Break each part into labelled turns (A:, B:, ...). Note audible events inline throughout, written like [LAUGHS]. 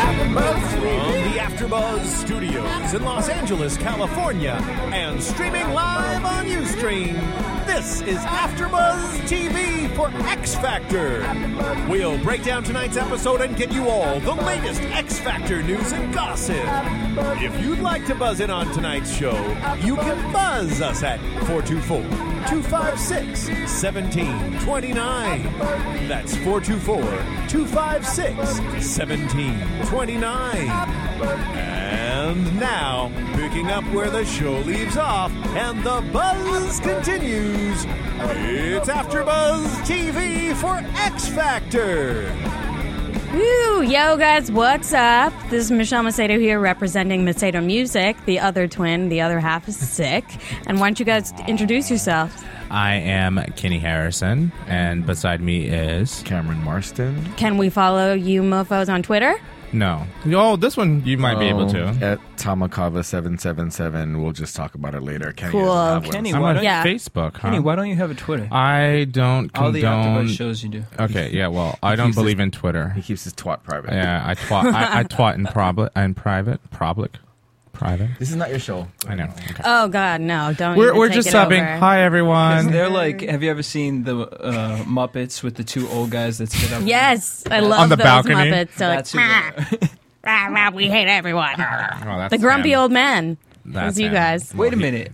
A: From the AfterBuzz Studios in Los Angeles, California, and streaming live on UStream, this is AfterBuzz TV for X Factor. We'll break down tonight's episode and get you all the latest X Factor news and gossip. If you'd like to buzz in on tonight's show, you can buzz us at 424 256 1729. That's 424 256 1729. And now, picking up where the show leaves off and the buzz continues, it's AfterBuzz TV for X Factor.
B: Woo! Yo, guys, what's up? This is Michelle Macedo here representing Macedo Music, the other twin, the other half is sick. And why don't you guys introduce yourselves?
C: I am Kenny Harrison, and beside me is
D: Cameron Marston.
B: Can we follow you mofos on Twitter?
C: no. Oh, this one you might be able
E: Oh.
C: to.
D: At Tamakava seven seven seven. We'll just talk about it later. Kenny
B: Cool.
D: doesn't have one.
E: Kenny,
C: I'm
E: why
C: on
E: don't
B: Yeah.
C: Facebook. Huh?
E: Kenny, why don't you have a Twitter?
C: I don't
E: All the
C: condone.
E: Octopus shows you do.
C: okay, yeah. Well, I don't
D: keeps
C: believe
D: his-
C: in
E: [LAUGHS]
C: Twitter.
D: He keeps his twat private.
C: Yeah, I twat. I, I twat in public. In private. Public. Private.
D: This is not your show.
C: I know. Okay.
B: Oh, God, no, don't.
C: we're
B: even
C: we're
B: take
C: just
B: it
C: subbing.
B: over.
C: Hi,
E: Because
C: everyone.
E: They're like, have you ever seen the uh, Muppets with the two old guys that sit up?
B: Yes, I love
C: On the
B: those
C: balcony?
B: Muppets. They're like,
E: That's who they are.
B: "Rah, rah, we hate everyone.
C: Oh, that's
B: the grumpy
C: him.
B: old man.
C: That's
B: That's you
C: him.
B: guys.
E: Wait a minute.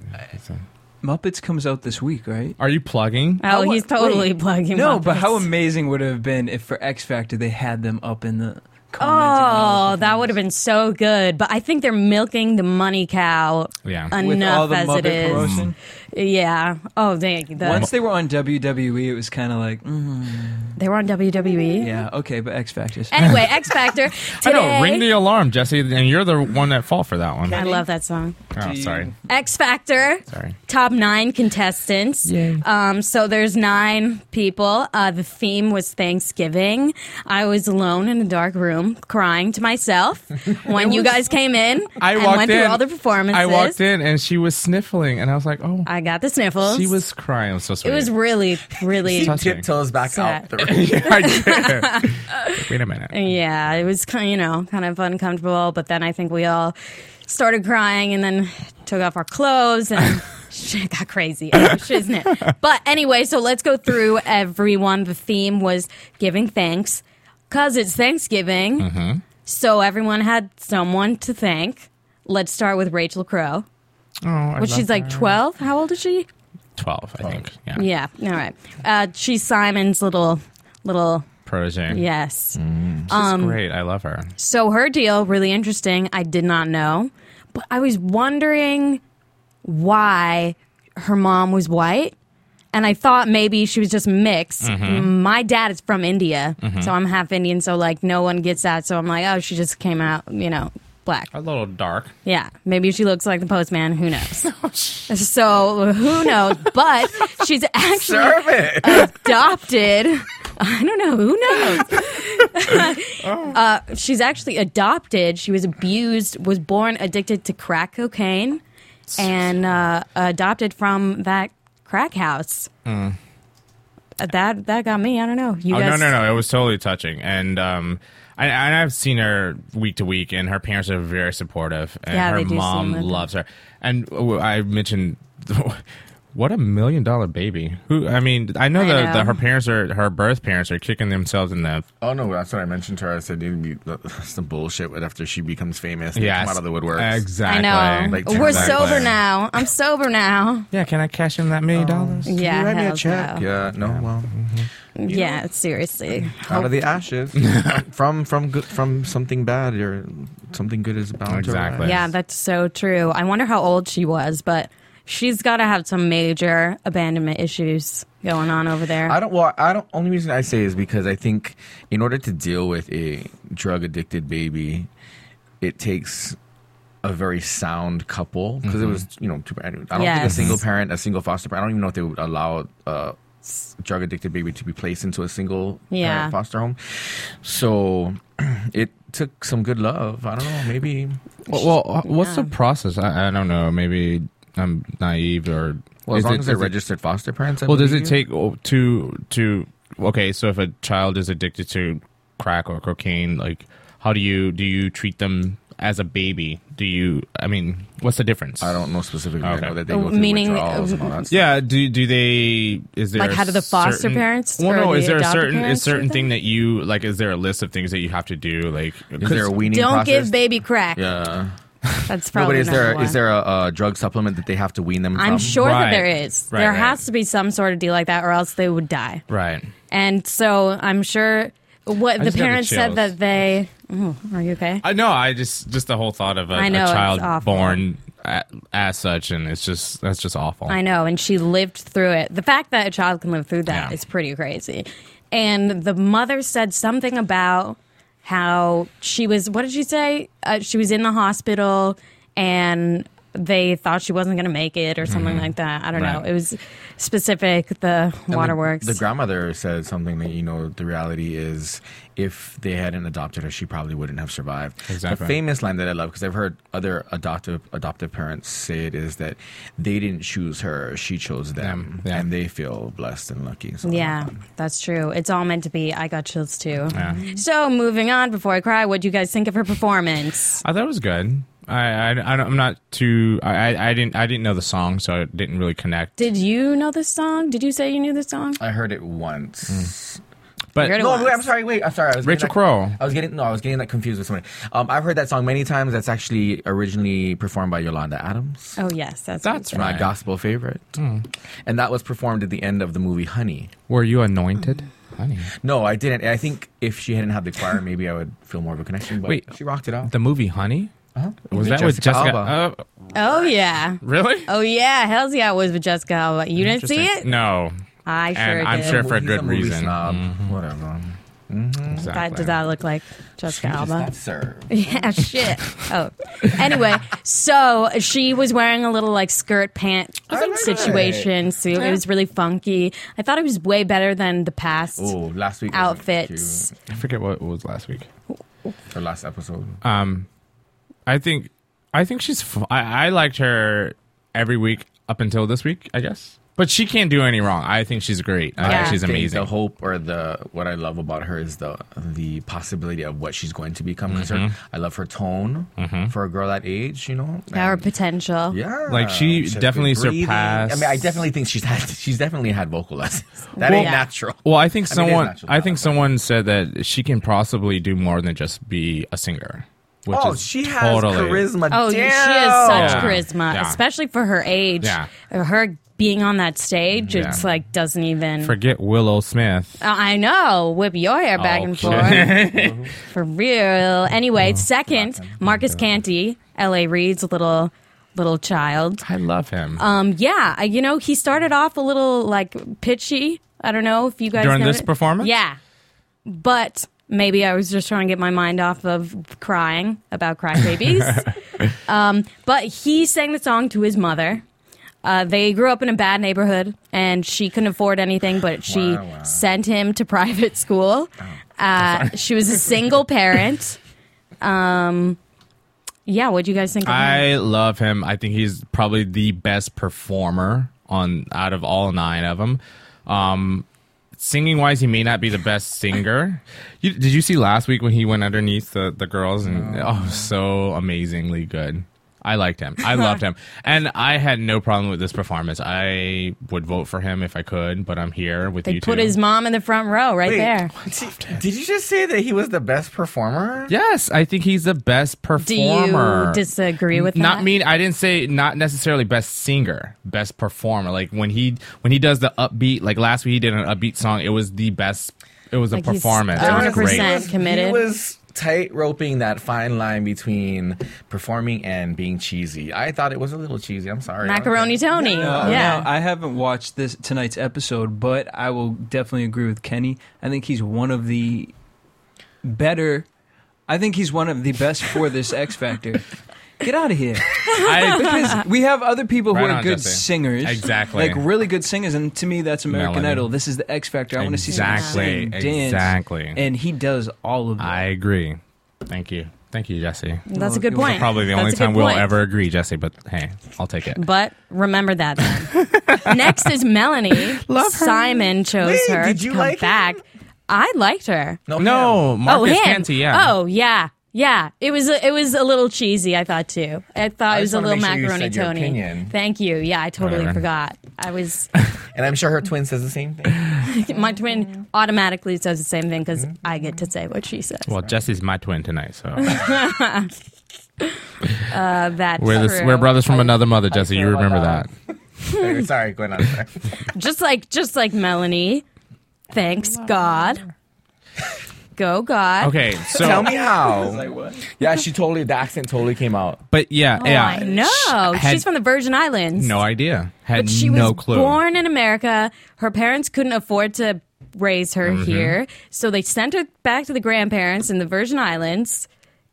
E: Muppets comes out this week, right?
C: Are you plugging?
B: Oh,
E: How-
B: he's totally
E: wait.
B: plugging.
E: No, but
B: Muppets.
E: how amazing would it have been if for X Factor they had them up in the comments? and all
B: Oh,
E: the
B: that would have been so good. But I think they're milking the money cow
C: Yeah.
E: things. with all
B: enough
E: the
B: as
E: Muppet
B: it is.
E: promotion.
B: Yeah. Oh, dang. The,
E: Once they were on WWE, it was kind of like,
B: Mm-hmm.
E: mm,
B: they were on
C: [LAUGHS]
B: WWE.
E: yeah, okay, but X Factor. [LAUGHS]
B: Anyway, X Factor.
C: I
B: Today,
C: know. Ring the alarm, Jesse, and you're the one that fall for that one.
B: I love that song.
C: Oh, sorry.
B: X Factor.
C: Sorry.
B: Top nine contestants. Um, so there's nine people. Uh, the theme was Thanksgiving. I was alone in a dark room crying to
C: [LAUGHS]
B: myself when you guys came in
C: I
B: and
C: walked
B: went
C: in.
B: through all the performances.
C: I walked in and she was sniffling, and I was like, "Oh,
B: I got the sniffles.
C: she was crying." I'm so
B: It
C: sorry.
B: was really, really.
C: Touching.
D: tiptoes back
B: Sad.
D: out. The room.
C: yeah, I did. Wait a minute.
B: yeah, it was kind, you know, kind of uncomfortable. But then I think we all started crying and then took off our clothes
C: [LAUGHS]
B: and [LAUGHS] shit got crazy, isn't it? But anyway, so let's go through everyone. The theme was giving thanks because it's Thanksgiving,
C: Mm-hmm.
B: so everyone had someone to thank. Let's start with Rachel Crow.
C: Oh, I
B: Which
C: love
B: she's like
C: her.
B: 12. How old is she?
C: twelve, I think. Yeah.
B: Yeah. All right. Uh, she's Simon's little, little,
C: Protege.
B: yes.
C: She's
B: Um,
C: great. I love her.
B: So her deal, really interesting. I did not know, but I was wondering why her mom was white. And I thought maybe she was just mixed. My dad is from India, so I'm half Indian. So like, no one gets that. So I'm like, oh, she just came out, you know, black.
C: A little dark.
B: Yeah, maybe she looks like the postman. Who
D: [LAUGHS]
B: knows?
D: Oh,
B: so who knows? But she's actually
D: Serve it.
B: adopted. I don't know. Who knows?
D: [LAUGHS] Oh.
B: uh, she's actually adopted. She was abused, was born addicted to crack cocaine, and uh, adopted from that crack house.
D: Hmm.
B: Uh, That that got me. I don't know. You
C: Oh
B: guys,
C: no, no, no! It was totally touching, and um, I, and I've seen her week to week, and her parents are very supportive, and
B: Yeah,
C: her
B: they do seem
C: mom
B: like that.
C: loves her. And oh, I mentioned [LAUGHS] what a million dollar baby. Who I mean, I know
B: I
C: that
B: know.
C: that her parents are her birth parents are kicking themselves in the
D: Oh no, that's what I mentioned to her. I said uh, it'd be some bullshit. But after she becomes famous, they
C: yeah
D: come out of the woodworks.
C: Exactly.
B: I know.
D: Like
B: We're
D: exactly.
B: sober now. I'm sober now.
C: Yeah, can I cash in that million dollars?
B: Oh, yeah,
D: you write me a
B: hells
D: check.
B: no.
D: Yeah. No. Well,
B: yeah, seriously.
D: out of the ashes, [LAUGHS] from from good, from something bad, or something good is bound
C: Exactly.
D: to
B: Yeah, that's so true. I wonder how old she was, but she's got to have some major abandonment issues going on over there.
D: I don't. Well, I don't. Only reason I say is because I think in order to deal with a drug addicted baby, it takes a very sound couple because
C: Mm-hmm.
D: it was you know two. I don't think a
B: Yes.
D: single parent, a single foster parent. I don't even know if they would allow a drug addicted baby to be placed into a single
B: Yeah.
D: parent foster home. So [CLEARS THROAT] it took some good love. I don't know. Maybe
C: Well, well uh, what's the process? I, I don't know. Maybe I'm naive or.
D: well, as
C: is
D: long
C: it-
D: as they're
C: does it-
D: registered foster parents. I
C: Well, does it
D: believe.
C: take oh, to to okay? So if a child is addicted to crack or cocaine, like how do you do you treat them as a baby? Do you? I mean, what's the difference?
D: I don't know specifically. I
C: Okay. uh,
D: know that they go through
B: Meaning-
D: withdrawals and all that.
C: Yeah. Do do they? Is there
B: Like,
C: a
B: how do the foster
C: certain-
B: parents
C: Well,
B: or
C: no.
B: the
C: Is there a
B: adoptive
C: certain is
B: parents treat
C: certain
B: them?
C: thing that you like? Is there a list of things that you have to do? Like,
D: Is there a weaning?
B: Don't give
D: process?
B: baby crack.
D: Yeah.
B: That's
D: No,
B: probably
D: but is
B: number
D: there
B: one.
D: is there a, a drug supplement that they have to wean them?
B: I'm
D: from?
B: sure
C: Right.
B: that there is.
C: Right,
B: there
C: right.
B: has to be some sort of deal like that, or else they would die.
C: right?
B: And so I'm sure what the
C: just got the
B: parents said
C: chills.
B: that they. Oh, are you okay?
C: I know. I just just the whole thought of a,
B: I know,
C: a
B: it's
C: child
B: awful.
C: born a as such, and it's just that's just awful.
B: I know, and she lived through it. The fact that a child can live through that is
C: Yeah.
B: pretty crazy. And the mother said something about how she was. What did she say? Uh, she was in the hospital, and they thought she wasn't going to make it, or something like that. I don't know.
C: Right.
B: It was specific.
D: And
B: The
D: the-
B: waterworks.
D: The grandmother said something that you know the reality is if they hadn't adopted her, she probably wouldn't have survived. The
C: Exactly.
D: famous line that I love because I've heard other adoptive adoptive parents say it is that they didn't choose her, she chose them,
C: Them, yeah.
D: and they feel blessed and lucky. So
B: yeah, that's true. It's all meant to be. I got chills too. Mm-hmm.
C: Yeah.
B: So moving on, before I cry, what do you guys think of her performance?
C: I thought it was good. I, I, I don't- I'm not too. I, I- I didn't I didn't know the song, so I didn't really connect.
B: Did you know this song? Did you say you knew this song?
D: I heard it once.
C: but
B: You're
D: Uh, No,
B: Once.
D: wait, I'm sorry. Wait, I'm sorry. I was
C: Mm.
D: getting
C: Rachel
D: that-
C: Crowe.
D: I was getting no, I was getting that confused with someone. Um, I've heard that song many times. That's actually originally performed by Yolanda Adams.
B: Oh yes, that's what it
C: That's
B: said.
D: my
C: Right. Hmm.
D: gospel favorite. And that was performed at the end of the movie Honey.
C: were you anointed, honey?
D: No, I didn't. I think if she hadn't had the choir, maybe I would feel more of a connection. But
C: Wait.
D: she rocked it out.
C: The movie Honey
D: Uh-huh.
C: was that with Jessica? Uh,
B: Oh yeah.
C: really?
B: Oh yeah, Hell's Yeah was with Jessica Alba. You didn't see it?
C: No.
B: I sure
C: Mm, And
B: did.
C: I'm sure- for a
D: He's
C: good
D: movie
C: reason. Mm-hmm.
D: Snob. Whatever.
B: that,
C: Exactly.
B: did that look like Jessica Alba?
D: Not served.
B: [LAUGHS] Yeah, shit. Oh, anyway, so she was wearing a little like skirt pant
D: like
B: situation, so it was really funky. I thought it was way better than the past
D: Oh, last week. wasn't
B: outfits.
C: I forget what it was last week.
D: cute. Or last episode.
C: Ah, I think I think she's. F- I, I liked her every week up until this week, I guess. But she can't do any wrong. I think she's great. I
B: Yeah.
C: think she's
D: I think The
C: amazing.
D: hope or the what I love about her is the the possibility of what she's going to become. Because
C: Mm-hmm.
D: I love her tone for a girl that age. You know,
B: Our
D: And-
B: potential.
D: Yeah,
C: Like, she
D: has
C: definitely
D: good breathing. I mean, I
C: surpassed-
D: definitely think she's had she's definitely had vocal lessons. That
C: Well-
D: ain't
B: Yeah.
D: natural.
C: Well, I think
D: I mean, it is
C: someone. I,
D: natural
C: think
D: talent,
C: someone said that she can possibly do more than just be a singer. Which
D: oh,
C: is
D: she has
C: totally,
D: charisma.
B: Oh,
D: Damn.
B: she has such
C: Yeah.
B: charisma,
C: Yeah.
B: especially for her age.
C: Yeah.
B: Her being on that stage,
C: Yeah.
B: it's like doesn't even
C: Forget Willow Smith.
B: Uh, I know. Whip your hair back and
C: Okay.
B: forth. For real. Anyway, second, Marcus Canty, L.A. Reid's little little child.
C: I love him.
B: Um, yeah, I- you know, he started off a little like pitchy. I don't know if you guys
C: During
B: know
C: this
B: it.
C: performance?
B: Yeah, but maybe I was just trying to get my mind off of crying about crack
C: [LAUGHS]
B: babies. um, but he sang the song to his mother. Uh, they grew up in a bad neighborhood, and she couldn't afford anything. But she
D: Wow, wow.
B: sent him to private school.
C: Oh,
B: Uh, she was a single parent. Um, yeah, what do you guys think? Of him?
C: I love him. I think he's probably the best performer on out of all nine of them. Um, singing wise, he may not be the best
B: [LAUGHS]
C: singer. you, did you see last week when he went underneath the, the girls and oh, so amazingly good. I liked him. I
B: [LAUGHS]
C: loved him, and I had no problem with this performance. I would vote for him if I could, but I'm here with
B: They
C: you.
B: put
C: two.
B: his mom in the front row right
D: Wait,
B: there.
D: Did, did you just say that he was the best performer?
C: Yes, I think he's the best
B: Do you
C: performer.
B: disagree with
C: not
B: that?
C: mean I didn't say not necessarily best singer, best performer. Like when he when he does the upbeat, like last week he did an upbeat song. It was the best. It was
B: Like
C: a
B: he's
C: performance. It was
B: 100%
C: great.
B: Percent committed.
D: He was tight roping that fine line between performing and being cheesy. I thought it was a little cheesy. I'm sorry. I don't
B: Macaroni
D: think-
B: Tony. yeah.
E: Now, Uh, I haven't watched this tonight's episode, but I will definitely agree with Kenny. I think he's one of the
B: [LAUGHS]
E: better. I think he's one of the best for this X Factor. Get out of here.
C: I,
E: Because we have other people who
C: Right
E: are
C: on,
E: good
C: Jesse.
E: singers.
C: Exactly.
E: Like really good singers. And to me, that's American
C: Melanie.
E: Idol. This is the X Factor. I want to see some
C: Exactly,
E: sing, dance.
C: exactly.
E: And he does all of that.
C: I agree. Thank you. Thank you, Jesse.
B: That's a good
E: Well,
B: point.
C: Probably the
B: That's
C: only
B: a good
C: time we'll
B: point.
C: ever agree, Jesse, but hey, I'll take it.
B: But remember that.
C: [LAUGHS]
B: Then. Next is Melanie.
C: Love her.
B: Simon chose
D: Wait,
B: her
D: did
B: to
D: you
B: come
D: like
B: back. I liked her.
C: No, Marcus
B: oh, him.
C: Canty, yeah.
B: Oh, yeah. Yeah, it was a, it was a little cheesy. I thought too. I thought it was
D: just
B: a
D: wanna
B: little
D: make sure you
B: macaroni
D: said your
B: Tony.
D: opinion.
B: Thank you. Yeah, I totally
C: Whatever.
B: forgot. I was [LAUGHS]
D: And I'm sure her twin says the same thing. [LAUGHS]
B: my twin automatically says the same thing
D: Mm-hmm.
B: because I get to say what she says.
C: Well, Jesse's my twin
B: [LAUGHS]
C: tonight, so
B: Uh, that's
C: we're, this,
B: true.
C: we're brothers from another mother, Jesse. You
D: feel
C: remember that.
D: about Anyway, Sorry, going on. Sorry.
B: Just like just like Melanie. Thanks God. Go God.
C: Okay, so
D: Tell me how.
E: like, what?
D: Yeah, she totally. The accent totally came out.
C: but yeah,
B: Oh,
C: yeah.
B: I know.
C: Sh- had
B: She's from the Virgin Islands.
C: no idea. Had
B: But she
C: no
B: was
C: clue.
B: born in America. Her parents couldn't afford to raise her
C: Mm-hmm.
B: here, so they sent her back to the grandparents in the Virgin Islands.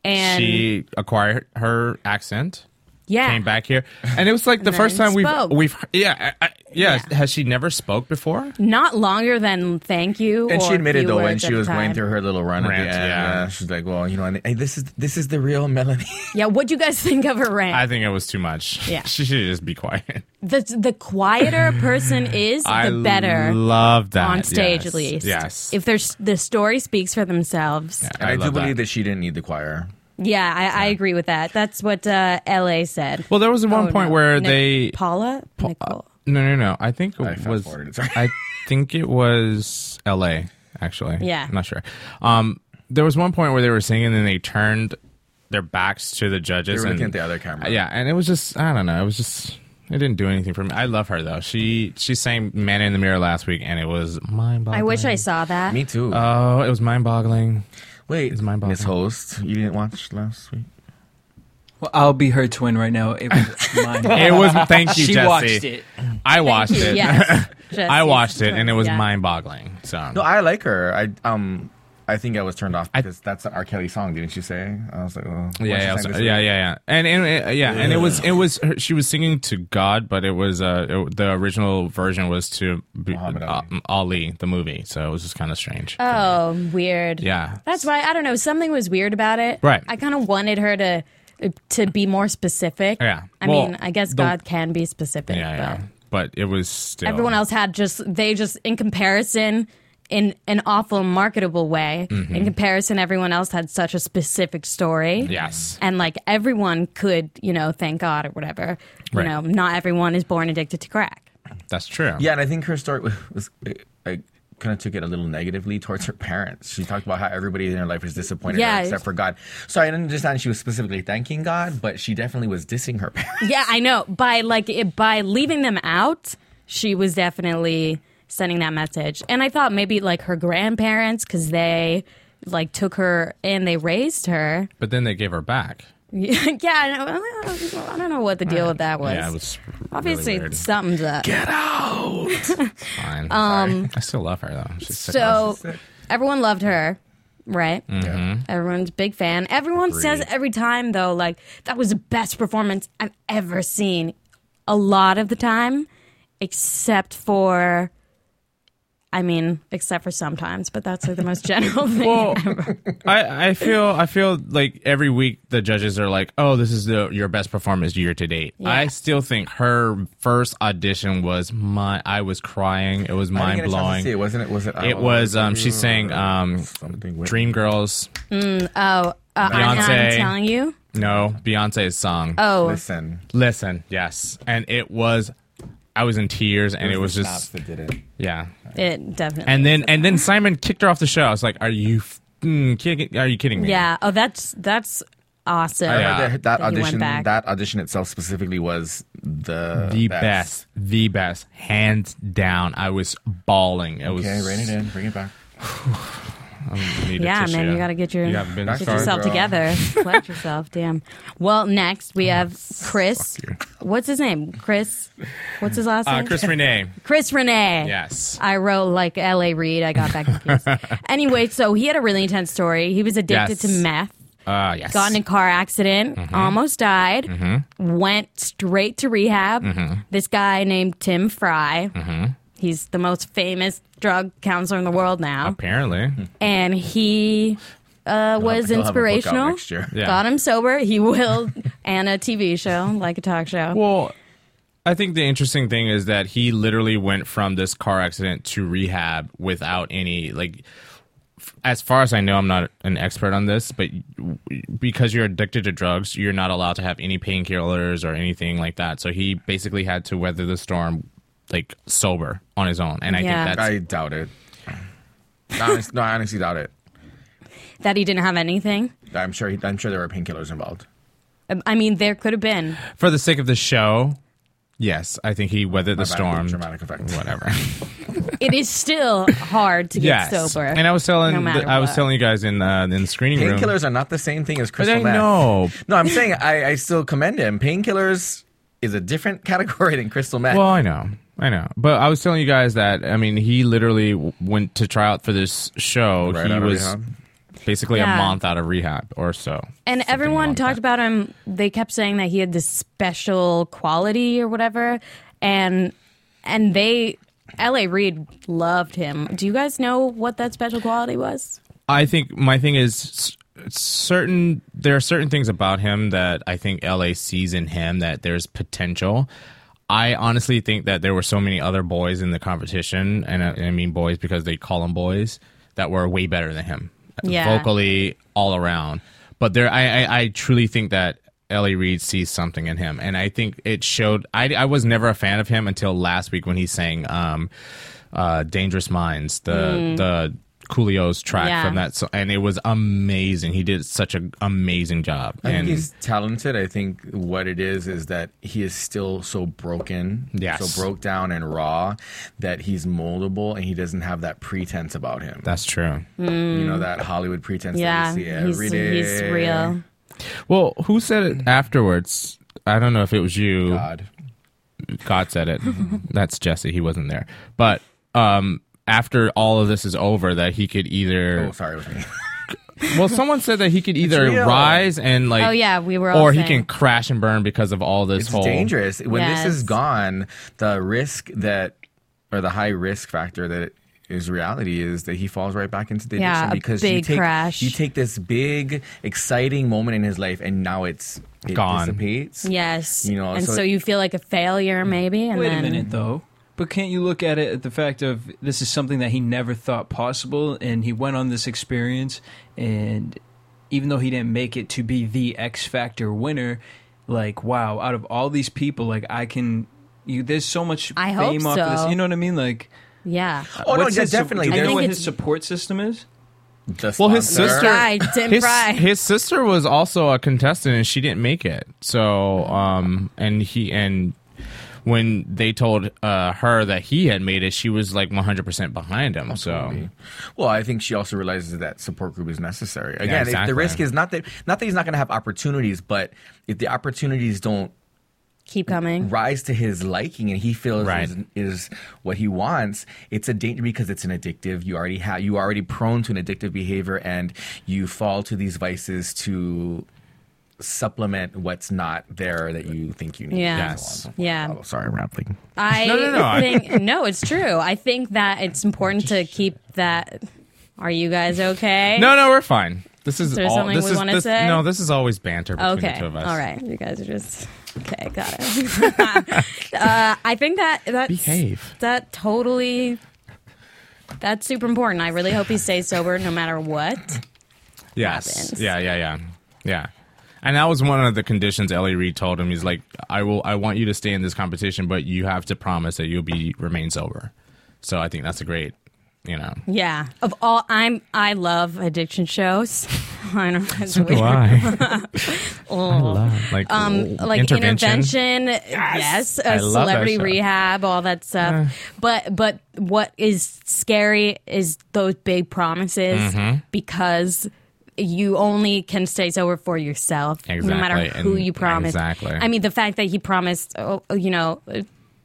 B: And
C: she acquired her accent,
B: yeah,
C: came back here, and it was like the first
B: then
C: time we've
B: spoke.
C: we've yeah, I, I, yeah Has she never spoke before?
B: not longer than thank you.
D: And
B: or
D: she admitted
B: few
D: though when
B: words at
D: she
B: a
D: was going
B: time.
D: through her little run
C: Rant,
D: at the end.
C: yeah.
D: Yeah. she's like, well, you know, and, and this is this is the real Melanie.
B: Yeah, what do you guys [LAUGHS] think of her rant?
C: I think it was too much.
B: Yeah.
C: [LAUGHS] she should just be quiet.
B: [LAUGHS] the the quieter a
C: [SIGHS]
B: person is,
C: I
B: the better
C: love that
B: on stage,
C: Yes.
B: at least.
C: Yes,
B: If there's the story speaks for themselves. Yeah,
D: [LAUGHS] And I, do
C: love
D: believe that. she didn't need the choir.
B: I, I agree with that. That's what uh, L.A. said.
C: Well, there was one
B: Oh,
C: point
B: no.
C: where
B: Nic-
C: they uh,
B: Paula Nicole.
C: No, no, no. I think it was.
D: fast-forwarded, sorry.
C: I think it was L.A. Actually,
B: Yeah.
C: I'm not sure. Um, there was one point where they were singing and they turned their backs to the judges
D: They were
C: and
D: looking at the other camera.
C: Uh, Yeah, and it was just I don't know. It was just it didn't do anything for me. I love her though. She she sang "Man in the Mirror" last week and it was mind boggling.
B: I wish I saw that.
D: Me too.
C: Oh, it was mind boggling.
D: Wait,
C: it's mind-boggling.
D: Miss Host, you didn't watch last week.
E: Well, I'll be her twin right now. It
C: [LAUGHS]
E: was mine.
C: It was. Thank you,
E: she
C: Jesse.
E: watched it.
C: I watched
B: you,
C: it.
B: yes. Jesse.
C: [LAUGHS] I watched it and it was
B: Yeah.
C: mind boggling. So
D: No, I like her. I um, I think I was turned off because that's an R. Kelly song, didn't you say? I was like, well, why
C: yeah,
D: she
C: yeah,
D: sang
C: so-
D: this
C: yeah, yeah,
D: week?
C: yeah, and and uh, yeah, and it was it was her, she was singing to God, but it was uh it, the original version was to b-
D: Muhammad
C: uh,
D: Ali.
C: Ali the movie, so it was just kind of strange.
B: Oh, weird.
C: Yeah.
B: That's why I don't know. Something was weird about it.
C: Right.
B: I kind of wanted her to to be more specific.
C: Yeah.
B: I
C: Well,
B: mean, I guess
C: the-
B: God can be specific.
C: yeah, yeah,
B: but
C: but it was still
B: Everyone else had just they just in comparison. In an awful marketable way.
C: Mm-hmm.
B: In comparison, everyone else had such a specific story.
C: Yes,
B: And like everyone could, you know, thank God or whatever.
C: Right.
B: You know, not everyone is born addicted to crack.
C: that's true.
D: Yeah, and I think her story was, was uh, I kind of took it a little negatively towards her parents. She talked about how everybody in her life was disappointed
B: Yeah.
D: her except for God. So I didn't understand she was specifically thanking God, but she definitely was dissing her parents.
B: Yeah, I know. By like it, by leaving them out, she was definitely sending that message. And I thought maybe like her grandparents because they like took her and they raised her. [LAUGHS]
C: but then they gave her back.
B: yeah, I know- I don't know- I don't know what the deal with that was.
C: Yeah, it was really
B: Obviously,
C: weird.
B: something's up.
C: fine. Um, I still love her though. She's sick.
B: so everyone loved her, right?
C: Mm-hmm.
B: Everyone's a big fan. Everyone says every time though, like that was the best performance I've ever seen. A lot of the time, except for, I mean, except for sometimes, but that's like the most general [LAUGHS] thing.
C: Well, I, I feel I feel like every week the judges are like, "Oh, this is the your best performance year to date." I still think her first audition was my. I was crying. It was
D: [LAUGHS] I
C: mind
D: didn't get a chance to see it,
C: blowing.
D: wasn't it? Was it?
C: It was. Um, she sang um,
D: something with
C: "Dream Girls."
B: oh, uh, I'm, I'm
C: Beyonce.
B: telling you.
C: No, Beyonce's song.
B: Oh,
D: Listen,
C: Listen, yes, and it was. I was in tears, and it was
D: the
C: just
D: snaps that did it.
C: yeah.
B: it definitely.
C: And then and then Simon kicked her off the show. I was like, "Are you f***ing kidding? Are you kidding me?"
B: yeah. Oh, that's that's awesome.
C: Yeah.
D: But that, that
B: That you went
D: audition,
B: back.
D: that audition itself specifically was the
C: the best. the best, hands down. I was bawling. It was
D: Okay, rein it in, bring it back.
C: need a
B: Yeah,
C: tissue.
B: man, you gotta get your
C: You haven't been
B: get
C: that far,
B: yourself
D: girl. [LAUGHS]
B: together. Collect yourself, damn. Well, next we have Chris. What's his name? Chris. What's his last
C: Uh,
B: name?
C: Chris Renee.
B: Chris Renee.
C: Yes.
B: I wrote
D: [LAUGHS]
B: like L.A. Reid. I got back confused. anyway, so he had a really intense story. He was addicted
C: Yes.
B: to meth.
C: Uh, yes.
B: got in a car accident,
D: Mm-hmm.
B: almost died, went straight to rehab.
D: Mm-hmm.
B: This guy named Tim Fry, he's the most famous drug counselor in the world now,
C: Apparently.
B: Hmm. and he uh, was
D: He'll have a book out
B: inspirational.
D: next year.
C: Yeah.
B: Got him sober. He [LAUGHS] will, and a TV show like a talk show.
C: Well, I think the interesting thing is that he literally went from this car accident to rehab without any like. f- As far as I know, I'm not an expert on this, but w- because you're addicted to drugs, you're not allowed to have any painkillers or anything like that. So he basically had to weather the storm, like sober on his own. And I
B: Yeah.
C: think that's
D: I doubt
C: [LAUGHS]
D: it. Honest, no, I honestly doubt it.
B: that he didn't have anything. Um,
D: I'm sure. He, I'm sure there were painkillers involved.
B: I- I mean, there could have been.
C: for the sake of the show. Yes, I think he weathered the
D: Dramatic-
C: storm.
D: dramatic effect.
C: Whatever.
B: It is still hard to get
C: [LAUGHS] yes.
B: sober.
C: And I was telling,
B: no matter
C: the- I was
B: what.
C: telling you guys in uh, in the screening room.
D: Painkillers are not the same thing as
C: But
D: crystal
C: I
D: meth.
C: know.
D: No, I'm saying I, I still commend him. Painkillers is a different [LAUGHS] category than crystal meth.
C: Well, I know. I know. But I was telling you guys that, I mean, he literally w- went to try out for this show.
D: Right
C: he
D: out of
C: was
D: rehab?
C: basically
B: Yeah.
C: a month out of rehab or so.
B: And
C: Something
B: everyone
C: along
B: talked
C: that.
B: about him. They kept saying that he had this special quality or whatever, and and they, L.A. Reid loved him. Do you guys know what that special quality was?
C: I think my thing is s- certain there are certain things about him that I think LA sees in him that there's potential. I honestly think that there were so many other boys in the competition, and I, I mean boys because they call them boys that were way better than him,
B: Yeah.
C: vocally all around. But there, I, I, I truly think that Ellie Reed sees something in him, and I think it showed. I, I was never a fan of him until last week when he sang um, uh, "Dangerous Minds," the the Coolio's track
B: Yeah.
C: from that, so- and it was amazing. He did such an amazing job,
D: I think
C: and
D: he's talented. I think what it is is that he is still so broken,
C: Yes.
D: so broke down and raw that he's moldable and he doesn't have that pretense about him.
C: that's true.
D: you know that Hollywood pretense
B: Mm. Yeah,
D: that we see
B: he's,
D: every day.
B: he's real.
C: Well, who said it afterwards? I don't know if it was you.
D: God.
C: God said it. [LAUGHS] That's Jesse. He wasn't there. But um, after all of this is over, that he could either.
D: Oh, sorry, it was me.
C: Well, someone said that he could either
D: real.
C: rise and like.
B: Oh, yeah, we were all
C: Or he
B: saying.
C: can crash and burn because of all this
D: It's
C: whole.
D: dangerous. When this
B: Yes.
D: is gone, the risk that, or the high risk factor that is reality is that he falls right back into the
B: Yeah,
D: addiction
B: a
D: because you
B: big
D: take
B: crash.
D: you take this big exciting moment in his life and now it's it
C: Gone.
D: dissipates.
B: Yes,
D: You know,
B: and so,
D: so-
B: you feel like a failure maybe. And
E: Wait
B: then,
E: a minute, though. But can't you look at it at the fact of this is something that he never thought possible, and he went on this experience, and even though he didn't make it to be the X Factor winner, like wow, out of all these people, like I can, you there's so much
B: I hope
E: fame off of
B: so.
E: this. You know what I mean? Like,
B: Yeah,
D: Oh no,
E: what's
D: yeah,
E: his-
D: definitely.
E: Do you
D: There's
E: know
B: think
E: what
B: it's-
E: his support system is?
D: the
C: Well, his
D: sponsor.
C: sister-
B: Fry, Tim
C: His,
B: Fry.
C: his sister was also a contestant and she didn't make it. So, um, and he, and when they told uh, her that he had made it, she was like 100% behind him. So,
D: Well, I think she also realizes that support group is necessary. Again, if
C: exactly.
D: the risk is not that not that he's not going to have opportunities, but if the opportunities don't
B: keep coming.
D: rise to his liking and he feels
C: Right.
D: is, is what he wants it's a danger because it's an addictive you already have you are already prone to an addictive behavior and you fall to these vices to supplement what's not there that you think you need
B: Yeah.
C: Yes.
B: Yeah.
D: oh, sorry i'm rambling
B: I
C: No, no, no, I-
B: think no, it's true. I think that it's important to keep that. Are you guys okay?
C: no, no, we're fine. This is,
B: there
C: all,
B: something
C: this
B: we
C: is
B: wanna
C: this-
B: say?
C: No, this is always banter between the
B: Okay.
C: two of us.
B: All right. You guys are just okay. Got it. [LAUGHS] uh, I think that that
C: Behave.
B: That totally. That's super important. I really hope he stays sober no matter what.
C: Yes.
B: happens.
C: Yeah, yeah, yeah. Yeah. And that was one of the conditions Ellie Reed told him. He's like, I will I want you to stay in this competition, but you have to promise that you'll be remain sober. So I think that's a great you know.
B: Yeah. Of all, I'm I love addiction shows. [LAUGHS] I know that's weird. [LAUGHS] Oh.
C: I? like
B: um, like intervention, yes,
C: I
B: uh,
C: love that
B: celebrity
C: show.
B: rehab, all that stuff. But but what is scary is those big promises
C: Mm-hmm.
B: because you only can stay sober for yourself, no matter
C: Exactly,
B: who
C: and-
B: you promise.
C: exactly.
B: I mean, oh, the fact that he promised, oh, you know,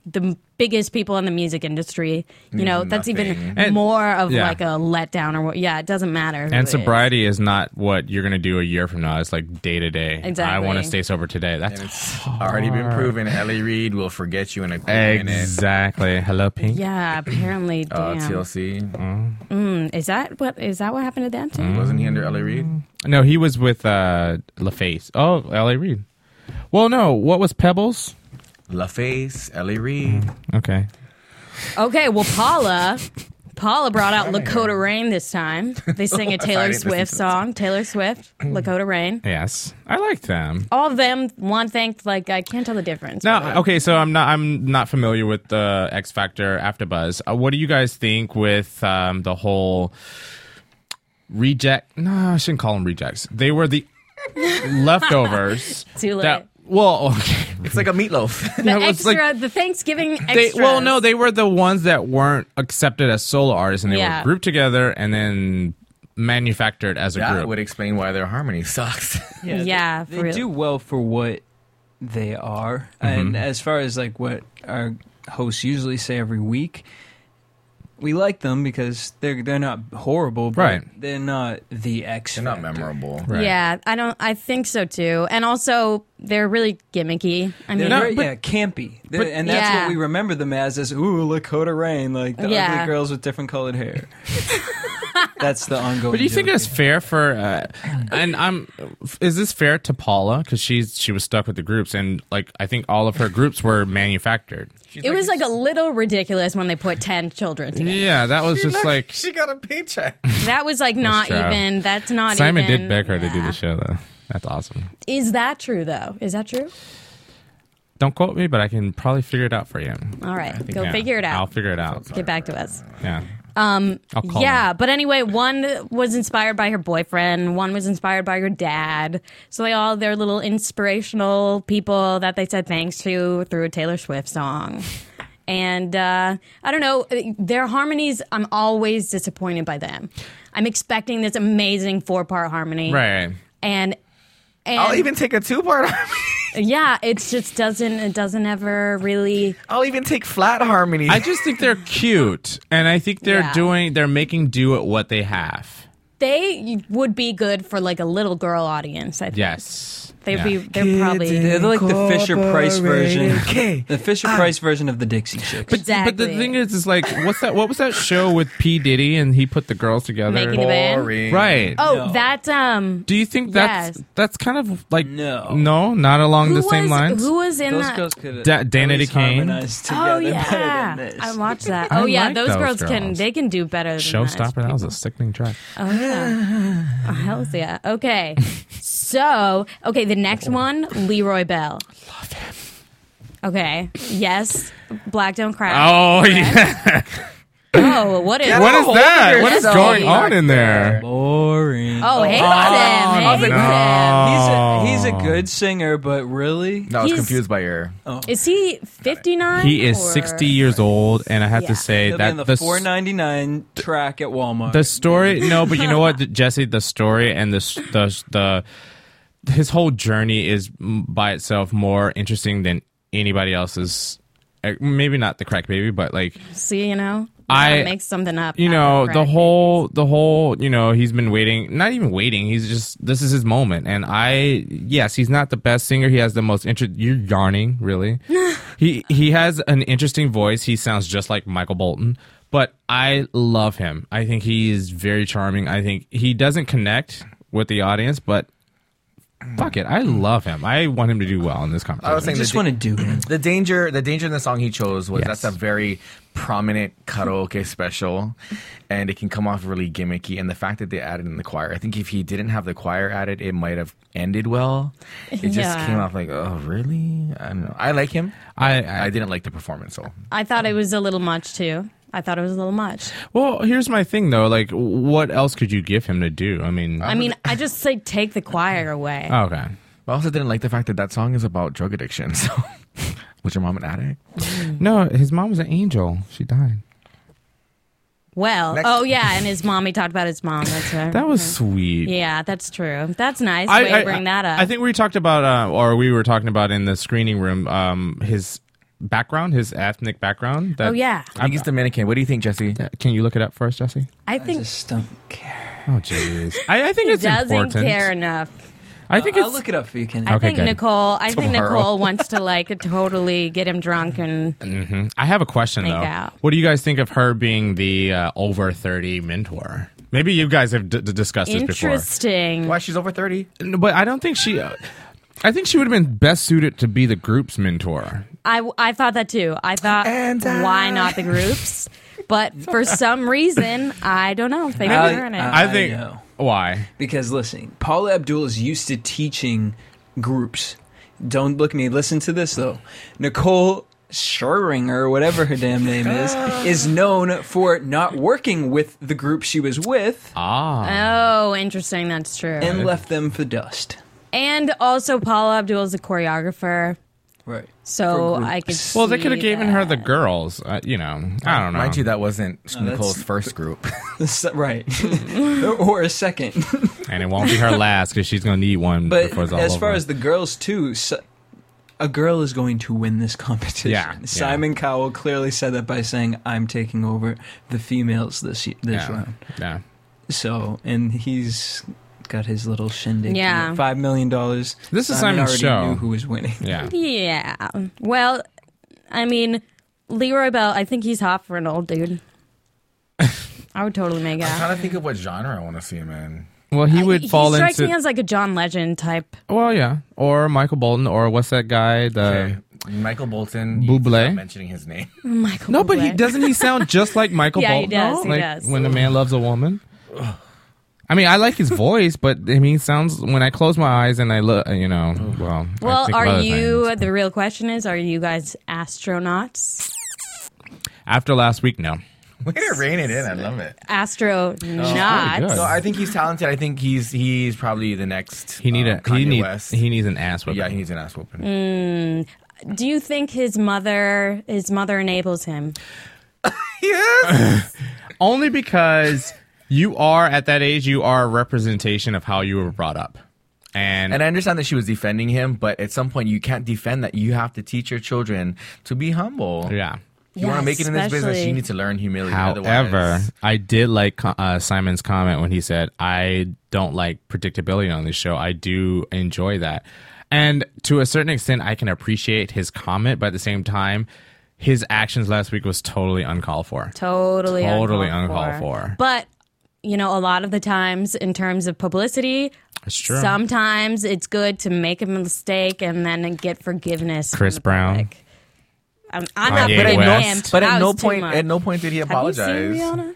B: the biggest people in the music industry. You know, that's even
D: nothing.
C: And-
B: more of
C: Mm, yeah.
B: like a letdown or what. Yeah, it doesn't matter. who it
C: And
B: is.
C: sobriety is not what you're going to do a year from now. It's like day to day. I
B: Exactly.
C: want to stay sober today. That's
D: It's already been proven. Ellie Reed will forget you in a quick minute.
C: exactly. Hello, Pink.
B: Yeah, apparently.
D: Uh,
C: Oh,
B: Damn.
D: TLC
B: is that what is that what happened to them too?
D: wasn't he under Ellie Reed?
C: No, he was with uh, LaFace. Oh, L.A. Reed. Well, no. What was Pebbles?
D: LaFace, Ellie Reed.
C: Okay.
B: Okay, well Paula. Paula brought
C: [LAUGHS]
B: out Lakota Rain this time. They sing a Taylor
D: didn't listen
B: Swift
D: to this.
B: song. Taylor
C: [CLEARS THROAT]
B: Swift, Lakota Rain.
C: Yes, I like them.
B: All of them, one thing, like I can't tell the difference.
C: Now, okay, so I'm not I'm not familiar with the X Factor AfterBuzz. Uh, what do you guys think with um, the whole reject? No, I shouldn't call them rejects. They
B: [LAUGHS]
C: were the leftovers.
B: Too late.
C: That, well, okay.
D: It's like a
C: [LAUGHS]
D: meatloaf.
B: the
C: it was
B: extra,
C: like-
B: the Thanksgiving
C: They,
B: extras.
C: well, no, they were the ones that weren't accepted as solo artists, and they
B: Yeah.
C: were grouped together and then manufactured as a
D: that
C: group.
D: would explain why their harmony sucks. [LAUGHS]
E: they-
B: Yeah,
E: they,
B: for real.
E: do well for what they are.
C: Mm-hmm.
E: And as far as like what our hosts usually say every week, we like them because they're they're not horrible, but
C: Right.
E: They're not the X.
D: They're not
E: Factor.
D: memorable.
C: Right.
B: Yeah, I don't. I think so too. And also, they're really gimmicky. I
E: They're
B: mean,
E: very, yeah, campy, They're- and that's
B: Yeah.
E: what we remember them as. Is ooh, Lakota Rain, like the
B: Yeah.
E: ugly girls with different
B: [LAUGHS]
E: colored hair. that's the ongoing.
C: But do you think
E: joke.
C: it's fair for? Uh, and I'm, is this fair to Paula? Because she's she was stuck with the groups, and like I think all of her
B: [LAUGHS]
C: groups were manufactured.
B: it was like a little ridiculous when they put ten children together.
C: Yeah, that was just like
D: she got a paycheck.
B: That was like not
C: true.
B: even. That's not
C: Simon
B: even.
C: did beg her to do
B: yeah.
C: the show though. That's awesome.
B: Is that true though? Is that true?
C: Don't quote me, but I can probably figure it out for you.
B: All right, go
C: Yeah,
B: figure it
C: I'll
B: out.
C: figure it out.
B: Get back to us.
C: Yeah. Um. I'll call
B: yeah,
C: her.
B: but anyway, one was inspired by her boyfriend, one was inspired by her dad. So they all they're little inspirational people that they said thanks to through a Taylor Swift song. And uh, I don't know, their harmonies, I'm always disappointed by them. I'm expecting this amazing four part harmony.
C: Right.
B: And and
D: I'll even take a two part harmony.
B: yeah, it just doesn't it doesn't ever really
D: I'll even take flat harmony.
C: I just think they're cute, and I think they're
B: Yeah.
C: doing they're making do at what they have.
B: they would be good for like a little girl audience, I think.
C: Yes.
B: They'd
C: Yeah.
B: be they're probably
E: They're like the Fisher Price version.
D: Okay.
E: The Fisher Price version of the Dixie Chicks.
B: Exactly.
C: But the thing is, is like, what's that? What was that show with P Diddy and he put the girls together?
B: Making the band.
D: Boring.
C: right.
B: oh,
E: No.
B: that um,
C: Do you think that's
B: Yes.
C: that's kind of like
E: No.
C: no, not along
B: who
C: the
B: was
C: same lines?
B: who was in
E: Those
B: that?
E: girls could
C: Da- Danity Kane.
B: oh yeah, I watched that.
C: I
B: Oh yeah,
C: like
B: those,
C: those
B: girls, can
C: girls.
B: they can do better than
C: Showstopper.
B: That.
C: That was a sickening track.
B: Oh yeah,
C: [LAUGHS]
B: oh, hell yeah. Okay, so okay, the next one, Leroy Bell. Love him. Okay. Yes, Black Don't Cry.
C: Oh yeah.
B: Oh, what is?
C: What is that? What is
B: yourself.
C: going on in there?
E: Boring.
B: Oh, hates him. Hates him.
E: He's a, he's a good singer, but really,
D: No, I was
B: He's-
D: confused by your.
B: Is he fifty nine?
C: He is sixty years old, and I have
B: Yeah.
C: to say
E: he'll be
C: that
E: in the,
C: the s-
E: 4.99 track at Walmart.
C: the story no but you know what [LAUGHS] jesse the story and the s- the s- the his whole journey is mm, by itself more interesting than anybody else's Uh, maybe not the crack baby but like
B: See, you know,
C: I-
B: make something up.
C: you
B: out
C: know
B: of
C: the
B: crack.
C: whole the whole you know he's been waiting not even waiting he's just this is his moment and i yes he's not the best singer he has the most interest you're yarning really he he has an interesting voice he sounds just like michael bolton but i love him i think he is very charming i think he doesn't connect with the audience but fuck it i love him i want him to do well in this
D: I was
C: conversation
D: saying
E: I just
D: the,
E: want to do
D: [CLEARS THROAT]
E: it.
D: the danger. The danger in the song he chose was
C: Yes.
D: that's a very prominent karaoke special, and it can come off really gimmicky. And the fact that they added in the choir, I think if he didn't have the choir added, it might have ended well. It just
B: Yeah.
D: came off like, oh really? I don't know. I like him.
C: I- I-
D: I didn't like the performance. So
B: I thought it was a little much too. I thought it was a little much.
C: well here's my thing though like what else could you give him to do i mean
B: I mean, I just say take the choir away.
C: okay
D: I also didn't like the fact that that song is about drug addiction. [LAUGHS] So, was your mom an addict?
C: No, his mom was an angel. She died.
B: well,
D: next-
B: oh yeah, and his mom. He talked about his mom. That's right.
C: That was sweet.
B: yeah, that's true. That's nice.
C: I,
B: Way to
C: I-
B: bring that up.
C: I think we talked about, uh, or we were talking about in the screening room, um, his background, his ethnic background. That,
B: Oh, yeah.
D: I think he's Dominican. What do you think, Jesse?
C: Can you look it up for us, Jesse?
B: I
E: I
B: think
E: just don't care.
B: [LAUGHS]
C: Oh, jeez. I, I think
B: he
C: it's
B: doesn't
C: important.
B: care enough.
C: I think
E: I'll
C: it's.
E: look it up for you, Kenny.
B: I
C: Okay,
B: think
C: good.
B: Nicole. I think
D: Tomorrow.
B: Nicole wants to like totally get him drunk and
C: I have a question
B: Make
C: though.
B: out.
C: What do you guys think of her being the uh, over thirty mentor? Maybe you guys have d- d- discussed this before.
B: interesting.
D: Why she's over thirty?
C: No, but I don't think she. uh, I think she would have been best suited to be the group's mentor.
B: I, I thought that too. I thought
D: And
C: uh,
B: why
D: I-
B: not the groups? But for some reason, I don't know. They
E: I-
B: were in it.
C: I
E: I
C: think
E: know.
C: why
E: Because listen, Paula Abdul is used to teaching groups. Don't look at me. Listen to this though. Nicole Scherringer, whatever her damn name is, is known for not working with the group she was with
C: ah
B: oh, interesting. That's true. And,
E: and left them for dust.
B: also, Paula Abdul is a choreographer,
E: Right.
B: so
E: For groups.
B: I could.
E: [LAUGHS]
C: well they
B: see
C: could have given
B: that.
C: her the girls. Uh, you know I don't know.
D: Mind you, that wasn't Nicole's
E: that's-
D: first group.
E: So- right.
B: [LAUGHS]
E: or a second.
C: and it won't be her last because she's gonna need one
E: But
C: before it's all
E: as far
C: over.
E: as the girls too, so, a girl is going to win this competition.
C: Yeah, yeah.
E: Simon Cowell clearly said that by saying, "I'm taking over the females this ye- this
C: yeah.
E: round."
C: yeah.
E: So, and he's got his little shindig. to
B: Yeah.
E: it. five million dollars.
C: This is
E: Simon
C: Simon's
E: already
C: show.
E: Knew who was winning?
C: Yeah.
B: Yeah. Well, I mean, Leroy Bell. I think he's hot for an old dude. I would totally make
D: I'm
B: out.
D: trying to think of what genre [LAUGHS] I want to see him in.
C: Well, he would
B: He
C: fall
B: strikes
C: into
B: me as like a John Legend type.
C: well, yeah, or Michael Bolton, or what's that guy? The
D: Okay. Uh, Michael Bolton. you
C: Bublé?
D: stop mentioning his name. [LAUGHS]
B: Michael
C: no, but he
B: Bublé.
C: doesn't. He sound just
B: [LAUGHS]
C: like Michael
B: Yeah, he
C: Bolton.
B: does, he
C: like,
B: does.
C: When a man loves a woman. I mean, I like his voice, but I mean, it sounds when I close my eyes and I look, uh, you know, well. I
B: Well,
C: think of
B: are
C: other
B: you?
C: things.
B: The real question is: Are you guys astronauts?
C: after last week? No.
D: Way to rein it in. I love it. Oh,
B: Astronauts.
C: good.
D: No, [LAUGHS] I think he's talented. I think he's he's probably the next.
C: He need
D: um,
C: a he
D: Kanye
C: need Mm.
D: West.
C: he needs an ass whipping.
D: yeah, he needs an ass whooping.
B: Do you think his mother his mother enables him?
C: Only because [LAUGHS] you are at that age, you are a representation of how you were brought up, and,
D: And I understand that she was defending him, but at some point you can't defend that. You have to teach your children to be humble.
C: yeah.
D: You want to make it in this business, you need to learn humility.
C: However,
D: otherwise-
C: I did like co- uh, Simon's comment when he said, "I don't like predictability on this show. I do enjoy that." And to a certain extent, I can appreciate his comment, but at the same time, his actions last week was totally uncalled for.
B: Totally,
C: Totally
B: uncalled,
C: uncalled
B: for.
C: for.
B: But you know, a lot of the times, in terms of publicity,
C: It's true.
B: sometimes it's good to make a mistake and then get forgiveness. from
C: Chris
B: the
C: Brown.
B: public. I'm, I'm not
C: Kanye
B: putting
C: West.
B: him.
D: but
B: that
D: at no
B: was too
D: point,
B: much.
D: at no point did he
B: Have you seen
D: apologize.
B: Rihanna?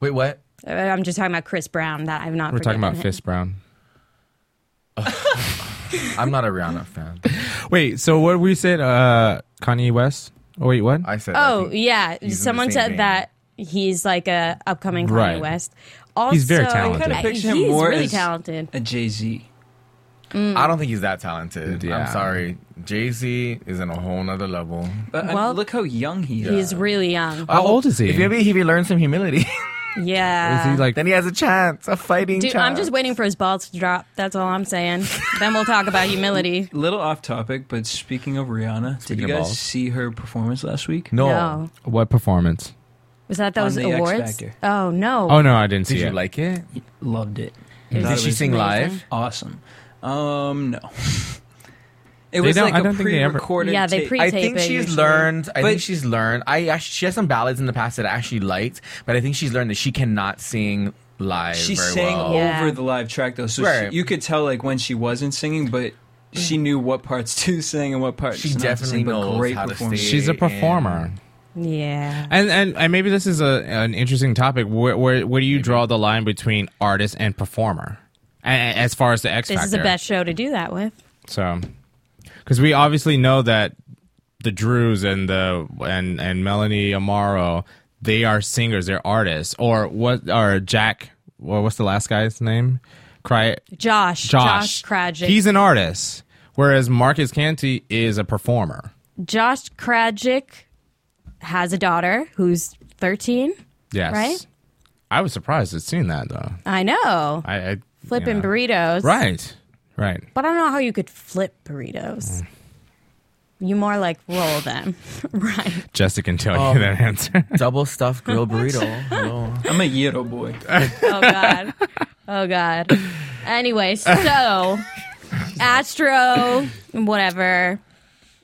D: Wait, what?
B: Uh, I'm just talking about Chris Brown. That I've not.
C: We're talking about
B: forgiven him.
C: Fist Brown.
D: I'm not a Rihanna fan.
C: Wait, so what we said? Uh, Kanye West? Oh wait, what?
D: I said. I
B: Oh
D: think-
B: yeah,
D: he's in the
B: someone
D: same
B: said
D: vein.
B: that he's like a upcoming Kanye
C: Right.
B: West. Also,
C: He's very talented. I
E: I
C: kinda
E: picture
B: he's
E: him more
B: really
E: as
B: talented.
E: a Jay Z.
D: I don't think he's that talented.
C: Yeah.
D: I'm sorry. Jay Z is on a whole nother level.
E: But I mean,
B: Well,
E: look how young he is.
B: He's really young.
C: How old is he?
D: If maybe he learns some humility, [LAUGHS]
B: yeah.
C: Uh, is he like?
D: Uh, then he has a chance, a fighting
B: Dude,
D: chance.
B: I'm just waiting for his balls to drop. That's all I'm saying. then we'll talk about humility.
E: Little off topic, but speaking of Rihanna,
C: Speaking
E: did you
C: of
E: guys
C: balls.
E: see her performance last week?
D: No.
B: No.
C: What performance?
B: Was that those
E: On the X
B: awards?
E: Factor.
B: Oh no.
C: Oh no, I didn't see
D: Did you
C: it.
D: like it?
E: Loved it. Thought
D: Did
E: it
D: she
E: was
D: sing
B: amazing.
D: live?
E: Awesome. Um, no. [LAUGHS] It
C: They
E: was
C: don't-
E: like
C: I
E: a
C: don't think they ever-
E: pre-recorded.
B: Yeah, they
E: tape.
B: pre-
D: I think
B: tape it
D: she's
B: usually.
D: learned. I think
E: But-
D: she's learned. I actually, she has some ballads in the past that I actually liked, but I think she's learned that she cannot sing live.
E: she
D: very
E: sang
D: well.
B: Yeah.
E: over the live track though, so
D: Right. Mm.
E: she, you could tell like when she wasn't singing, but she knew what parts to [LAUGHS] sing and what parts.
D: She
E: not to
D: definitely
E: sing, but
D: knows
E: great
D: how to
E: performance.
D: sing.
C: She's a
D: and-
C: performer.
B: Yeah.
C: And, and and maybe this is a an interesting topic. Where where, where do you draw the line between artist and performer, A- a- as far as the X
B: this
C: Factor?
B: is the best show to do that with.
C: So, because we obviously know that the Drews and the and and Melanie Amaro, they are singers, they're artists. Or what? Or Jack? Well, what's the last guy's name? Cry
B: Josh. Josh
C: Josh.
B: Cradgick.
C: He's an artist, whereas Marcus Canty is a performer.
B: Josh Cradgick has a daughter who's 13.
C: Yes.
B: Right?
C: I was surprised at seeing that though.
B: I know.
C: I, I
B: Flipping
C: you know.
B: burritos.
C: Right. Right.
B: But I don't know how you could flip burritos. You more like roll them, [LAUGHS] right?
C: Jessica can tell
E: Um,
C: you that answer.
D: [LAUGHS]
C: [LAUGHS]
D: Double stuffed grilled [LAUGHS] burrito. Hello.
E: I'm a Yiddo
D: [LAUGHS]
E: boy.
B: Oh god, oh god. Anyway,
C: [LAUGHS]
B: so Astro, whatever.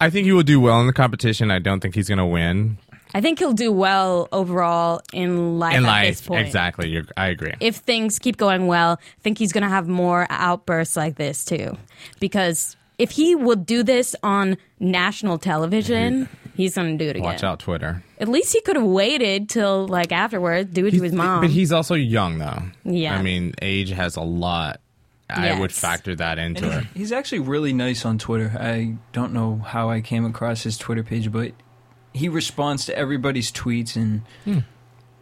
C: I think he will do well in the competition. I don't think he's going to win.
B: I think he'll do well overall in life.
C: in
B: at this
C: life,
B: point.
C: exactly. You're, I agree.
B: If things keep going well, I think he's going to have more outbursts like this too, because if he would do this on national television, he's going to do it again.
C: Watch out, Twitter.
B: At least he could have waited till like afterwards, do it to his mom.
C: But he's also young, though.
B: Yeah.
C: I mean, age has a lot. I would
B: Yes.
C: factor that into
E: And
B: [LAUGHS]
C: it.
E: he's, he's actually really nice on Twitter. I don't know how I came across his Twitter page, but he responds to everybody's tweets and.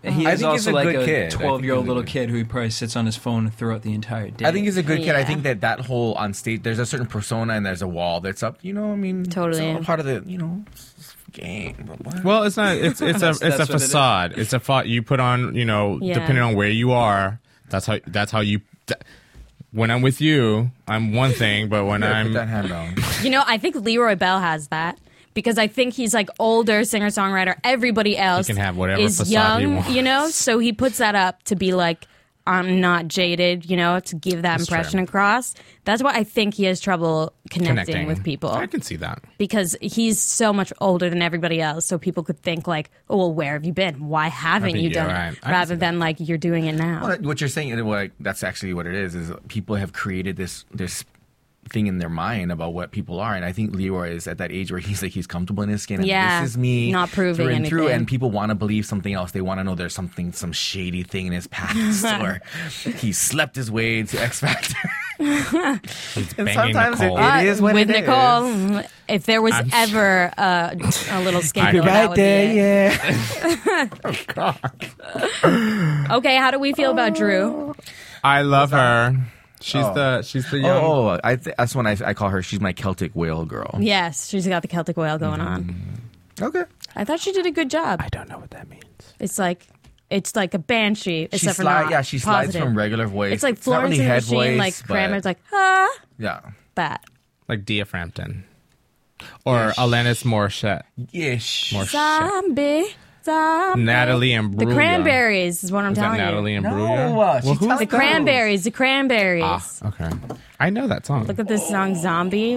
E: and He
D: Hmm. I
E: is
D: think he's
E: also
D: a
E: like
D: good kid. I think
E: a
D: he's a
E: 12 year old
D: good
E: little
D: kid.
E: kid who probably sits on his phone throughout the entire day.
D: I think he's a good kid. I
B: Yeah.
D: think that that whole on stage, there's a certain persona and there's a wall that's up. You know, I mean,
B: Totally.
D: it's all part of the, you know, it's- it's game. But what?
C: Well, it's not. It's it's a it's
E: that's
C: a
E: what it is.
C: facade. it's a fa- you put on. You know,
B: Yeah.
C: depending on where you are, that's how that's how you. th- when I'm with you, I'm one thing, but when
D: Here,
C: I'm
D: put that hand down.
B: You know, I think Leroy Bell has that because I think he's like older singer songwriter. Everybody else
C: can have whatever
B: is
C: facade he
B: young,
C: wants.
B: you know. So he puts that up to be like, I'm not jaded, you know, to give that
C: That's
B: impression
C: true.
B: across. That's why I think he has trouble connecting,
C: connecting
B: with people
C: I can see that.
B: because he's so much older than everybody else. So people could think like, oh, well, where have you been? Why haven't
C: think
B: you
C: you're
B: done
C: right. I
B: it?
C: can see
B: Rather
C: that.
B: than like you're doing it now.
D: Well, what you're saying, and what that's actually what it is, is people have created this this thing in their mind about what people are, and I think Leroy is at that age where he's like he's comfortable in his skin, and
B: Yeah,
D: this is me,
B: not proving
D: through and through,
B: anything.
D: and people want to believe something else. They want to know there's something, some shady thing in his
B: [LAUGHS]
D: past, or he slept his way to X Factor. and
C: banging
D: sometimes it,
C: Nicole.
D: it is what
B: Uh, with
D: it
B: Nicole,
D: is.
B: mm, if there was
C: I'm-
B: ever uh, a
C: [LAUGHS]
B: little scandal, that
D: Right
B: would be
D: there,
B: it.
D: [LAUGHS] yeah.
B: Okay, how do we feel about
C: Oh.
B: Drew?
C: I love her. She's the she's the young.
D: Oh, oh, I th- that's when I, I call her. She's my Celtic whale girl.
B: Yes, she's got the Celtic whale going on.
D: Okay.
B: I thought she did a good job.
C: Mm-hmm. I don't know what that means.
B: It's like it's like a banshee,
D: She
B: except for
D: slides.
B: not
D: Yeah, she slides
B: positive.
D: from regular voice.
B: It's like
D: not
B: Florence
D: really
B: and the
D: head
B: Machine,
D: voice,
B: like
D: but-
B: Kramer's like ah
D: Yeah.
B: that.
C: Like Dia Frampton, or Alanis Morissette,
D: Ish.
C: Morissette.
B: Zombie, zombie.
C: Natalie and
B: the cranberries is what I'm
C: Is that
B: telling
C: Natalie
B: you.
C: and
B: Oh,
D: No, uh, she tells
B: The
D: them.
B: cranberries, the cranberries.
C: Ah, okay. I know that song.
B: Look at this song, Zombie.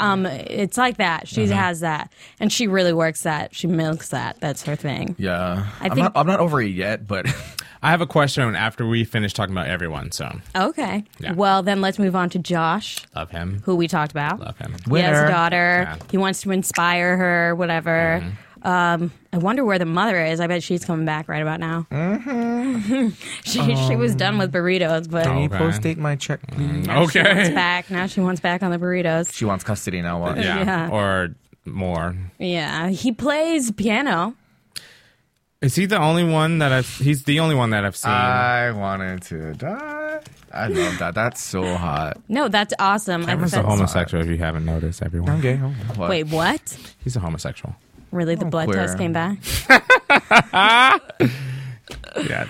B: Um, it's like that. She
C: Mm-hmm.
B: has that, and she really works that. She milks that. That's her thing.
D: Yeah. I am
B: think-
D: not, I'm not over it yet, but [LAUGHS]
C: I have a question after we finish talking about everyone. So
B: Okay.
C: Yeah.
B: Well, then let's move on to Josh.
C: love him.
B: who we talked about.
C: Love him.
B: He has a
D: Winner.
B: daughter.
C: Yeah. Mm-hmm.
B: He wants to inspire her, whatever. Um, I wonder where the mother is. I bet she's coming back right about now. Mm-hmm. [LAUGHS] she she was done with burritos, but
C: Oh.
D: can you
C: Okay.
D: post date my check, please?
B: it's
C: Okay.
B: back now. She wants back on the burritos.
D: Mm. She wants custody now. Well,
C: [LAUGHS] Yeah.
B: Yeah.
C: Or more.
B: Yeah, he plays piano.
C: Is he the only one that I've? He's the only one that I've seen.
D: I wanted to die. I love that. That's so hot.
B: No, that's awesome. I
C: Cameron's a
B: think that's-
C: homosexual. If you haven't noticed, everyone.
D: Okay.
B: Wait, what?
C: He's a homosexual.
B: Really, the blood
D: queer.
B: test came back.
C: Yes.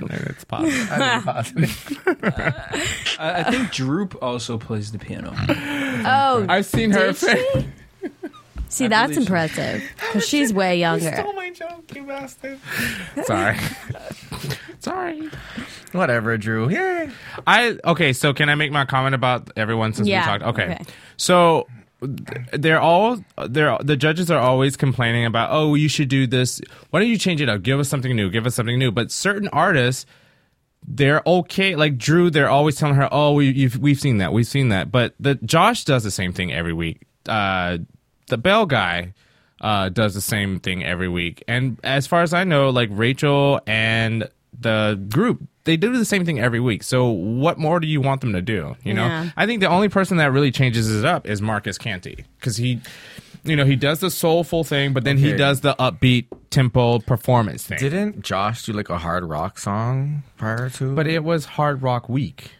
C: it's possible.
B: [LAUGHS]
E: I, I think Droop also plays the piano.
B: Oh,
C: I've seen her.
B: Did [LAUGHS] she? see, that's
E: believe she-
B: impressive because she's way younger.
D: my joke, you bastard.
B: [LAUGHS]
C: Sorry. Sorry.
D: [LAUGHS] Whatever, Drew. Yay.
C: I okay. So can I make my comment about everyone since
B: Yeah,
C: we talked? Okay.
B: okay.
C: So th- they're all they're the judges are always complaining about oh you should do this why don't you change it up give us something new give us something new but certain artists they're okay like drew they're always telling her oh we, you've, we've seen that we've seen that but the josh does the same thing every week uh the bell guy uh does the same thing every week and as far as i know like rachel and the group they do the same thing every week so what more do you want them to do you know
B: Yeah.
C: i think the only person that really changes it up is marcus canty because he you know he does the soulful thing but then he
D: Okay.
C: does the upbeat tempo performance thing
D: Didn't Josh do like a hard rock song prior to?
C: but it was hard rock week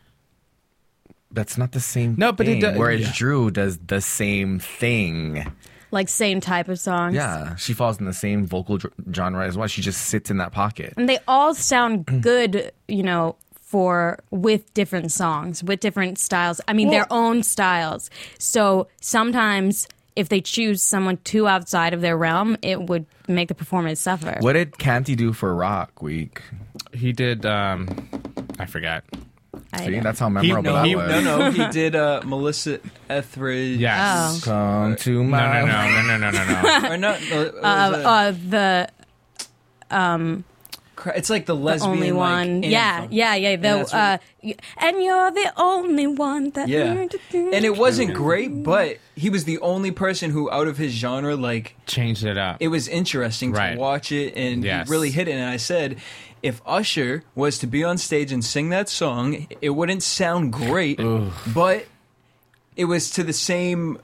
D: that's not the same.
C: No, but it
D: thing,
C: does-
D: Whereas
C: yeah.
D: Drew does the same thing.
B: Like same type of songs.
D: Yeah, she falls in the same vocal dr- genre as well. She just sits in that pocket.
B: and they all sound good, you know, for with different songs, with different styles. I mean, their own styles. So sometimes if they choose someone too outside of their realm, it would make the performance suffer.
D: What did Canty do for Rock Week?
C: He did. Um, I forgot.
B: I
D: See,
B: don't-
D: that's how memorable
C: no,
D: that
C: he-
D: was.
E: No, no, he did uh, Melissa Etheridge.
B: Oh.
C: Yes.
D: Come to
C: No,
D: my
C: no, no, no, no, no, no,
B: [LAUGHS]
C: no.
E: Or not, uh, what was
B: uh,
E: that?
B: uh, the
E: Cra- it's like the
B: the
E: lesbian
B: only
E: like,
B: one. yeah,
E: anthem.
B: yeah, yeah. The,
E: And that's
B: uh,
E: what-
B: y- and you're the only one that.
E: Yeah. And it wasn't great, but he was the only person who, out of his genre, like
C: Changed it up.
E: it was interesting
C: Right.
E: to watch it and he
C: Yes.
E: really hit it. And I said, if Usher was to be on stage and sing that song, it wouldn't sound great, but it was to the same.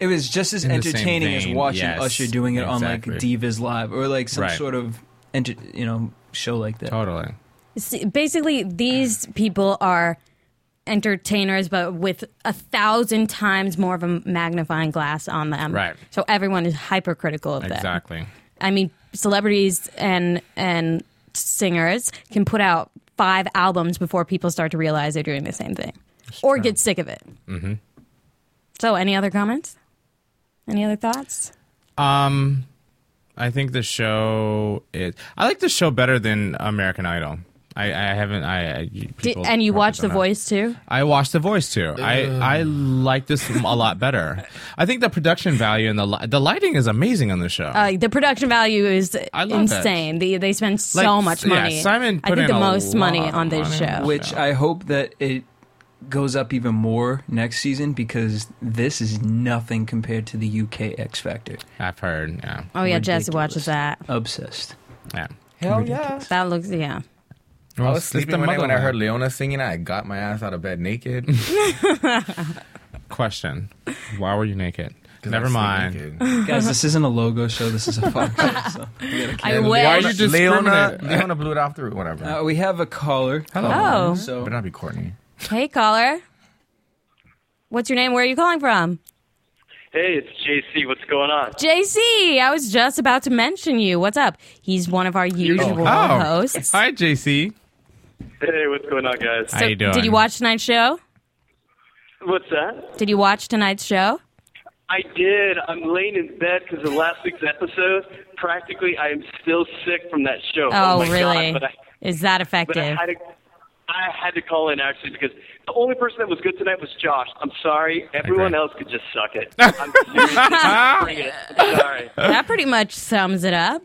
E: It was just as
C: In the same
E: entertaining as
C: vein,
E: watching
C: yes,
E: Usher doing it on like
C: exactly.
E: Divas Live or like some
C: Right.
E: sort of, enter- you know, show like that.
C: Totally.
B: See, basically these people are entertainers but with a thousand times more of a magnifying glass on them
C: Right.
B: so everyone is hypercritical of them
C: Exactly.
B: i mean celebrities and and singers can put out five albums before people start to realize they're doing the same thing or get sick of it mm-hmm. so any other comments any other thoughts
C: Um, I think the show is. I like the show better than American Idol. I, I haven't. I, I
B: Did,
C: people
B: and you
C: probably
B: watch
C: don't
B: the
C: know.
B: voice too
C: I watched The Voice too. I I like this a
B: [LAUGHS]
C: lot better. I think the production value and the li- the lighting is amazing on the show.
B: Uh, the production value is
C: I love it.
B: insane. The, they spend so
C: Like,
B: much
C: yeah,
B: money.
C: Simon
B: I
C: put
B: think
C: in
B: the
C: a
B: most money
C: lot of
B: on this
C: money.
B: show.
E: Which I hope that it goes up even more next season because this is nothing compared to the UK X Factor.
C: I've heard. Yeah.
B: oh yeah, Jess
E: ridiculous.
B: watches that.
E: Obsessed.
C: Yeah.
D: Hell yeah.
B: That looks yeah.
D: I
C: Well,
D: was
C: it's the
D: sleeping when I, when I
C: motherland.
D: heard Leona singing. I got my ass out of bed naked.
C: Question: Why were you naked?
D: [LAUGHS] 'Cause I
C: [LAUGHS] Never
D: sleep
C: mind.
D: naked.
E: Guys, this isn't a logo show. This is a fuck
F: [LAUGHS]
E: show. So we, gotta
B: I
E: keep-
C: Why
B: wish.
C: did you
D: Leona,
C: discriminate?
D: Leona blew it off the whatever.
E: uh, we have a caller.
B: Oh,
E: So
D: Better not be Courtney.
B: hey caller, what's your name? Where are you calling from?
F: Hey, it's JC. What's going on?
B: JC. I was just about to mention you. What's up? He's one of our usual
C: Oh,
B: hosts.
C: hi, JC.
F: Hey, what's going on, guys?
C: How you doing?
B: Did you watch tonight's show?
F: What's that?
B: Did you watch tonight's show?
F: I did. I'm laying in bed because of last week's episode. Practically, I am still sick from that show.
B: Oh,
F: my
B: really?
F: God. But I,
B: Is that effective?
F: but I had to. I had to call in actually because the only person that was good tonight was Josh. I'm sorry, everyone
C: agree.
F: else could just
B: [LAUGHS]
F: suck it. I'm seriously, bring it. I'm sorry.
B: that pretty much sums it up.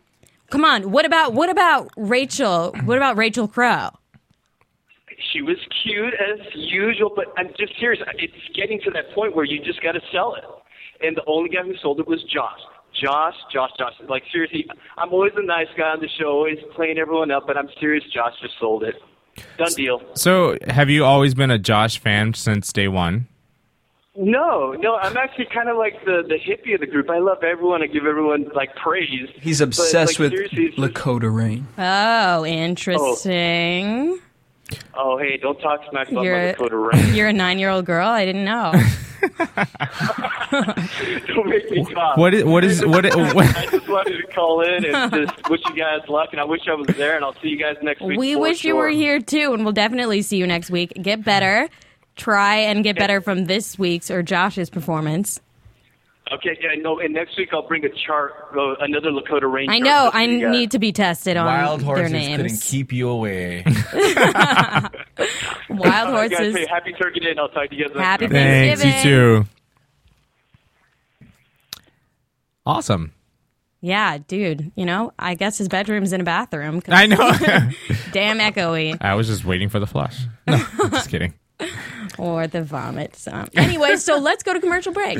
B: Come on, what about what about Rachel? What about Rachel Crow?
F: She was cute as usual, but I'm just serious. It's getting to that point where you just got to sell it. And the only guy who sold it was Josh. Josh, Josh, Josh. Like, seriously, I'm always the nice guy on the show, always playing everyone up, but I'm serious. Josh just sold it. Done deal.
C: So, have you always been a Josh fan since day one?
F: No, no, I'm actually kind of like the, the hippie of the group. I love everyone. I give everyone, like, praise.
E: he's
F: But,
E: obsessed
F: like,
E: with
F: seriously, it's just-
E: Lakota Rain.
B: Oh, interesting.
F: Oh, hey, don't talk smack about
B: You're-
F: my Dakota Rain.
B: You're a nine-year-old girl. I didn't know.
F: [LAUGHS] don't make me cough.
C: What is what is what? i-
B: [LAUGHS]
C: what
F: I just wanted to call in and just wish you guys luck, and I wish I was there, and I'll see you guys next week.
B: we
F: for
B: wish you
F: sure.
B: were here too, and we'll definitely see you next week. Get better. Try and get better from this week's or Josh's performance.
F: Okay, yeah, no, and next week I'll bring a chart, uh, another Lakota Ranger.
B: I know I
F: Yeah.
B: need to be tested on
D: Wild
B: their
D: horses couldn't
B: names.
D: keep you
C: [LAUGHS]
D: away.
F: [LAUGHS]
B: Wild
F: All right, guys,
B: horses.
F: hey, happy Turkey Day, and I'll talk to you guys next
B: Happy
F: week.
C: Thanks. You
B: Thanksgiving.
C: too. Awesome.
B: Yeah, dude. You know, I guess his bedroom's in a bathroom. 'cause [LAUGHS]
C: I know.
B: Damn echoey.
C: I was just waiting for the flush. No, I'm just kidding.
B: or the
D: [LAUGHS]
B: vomit. So. Anyway, so let's go to commercial break.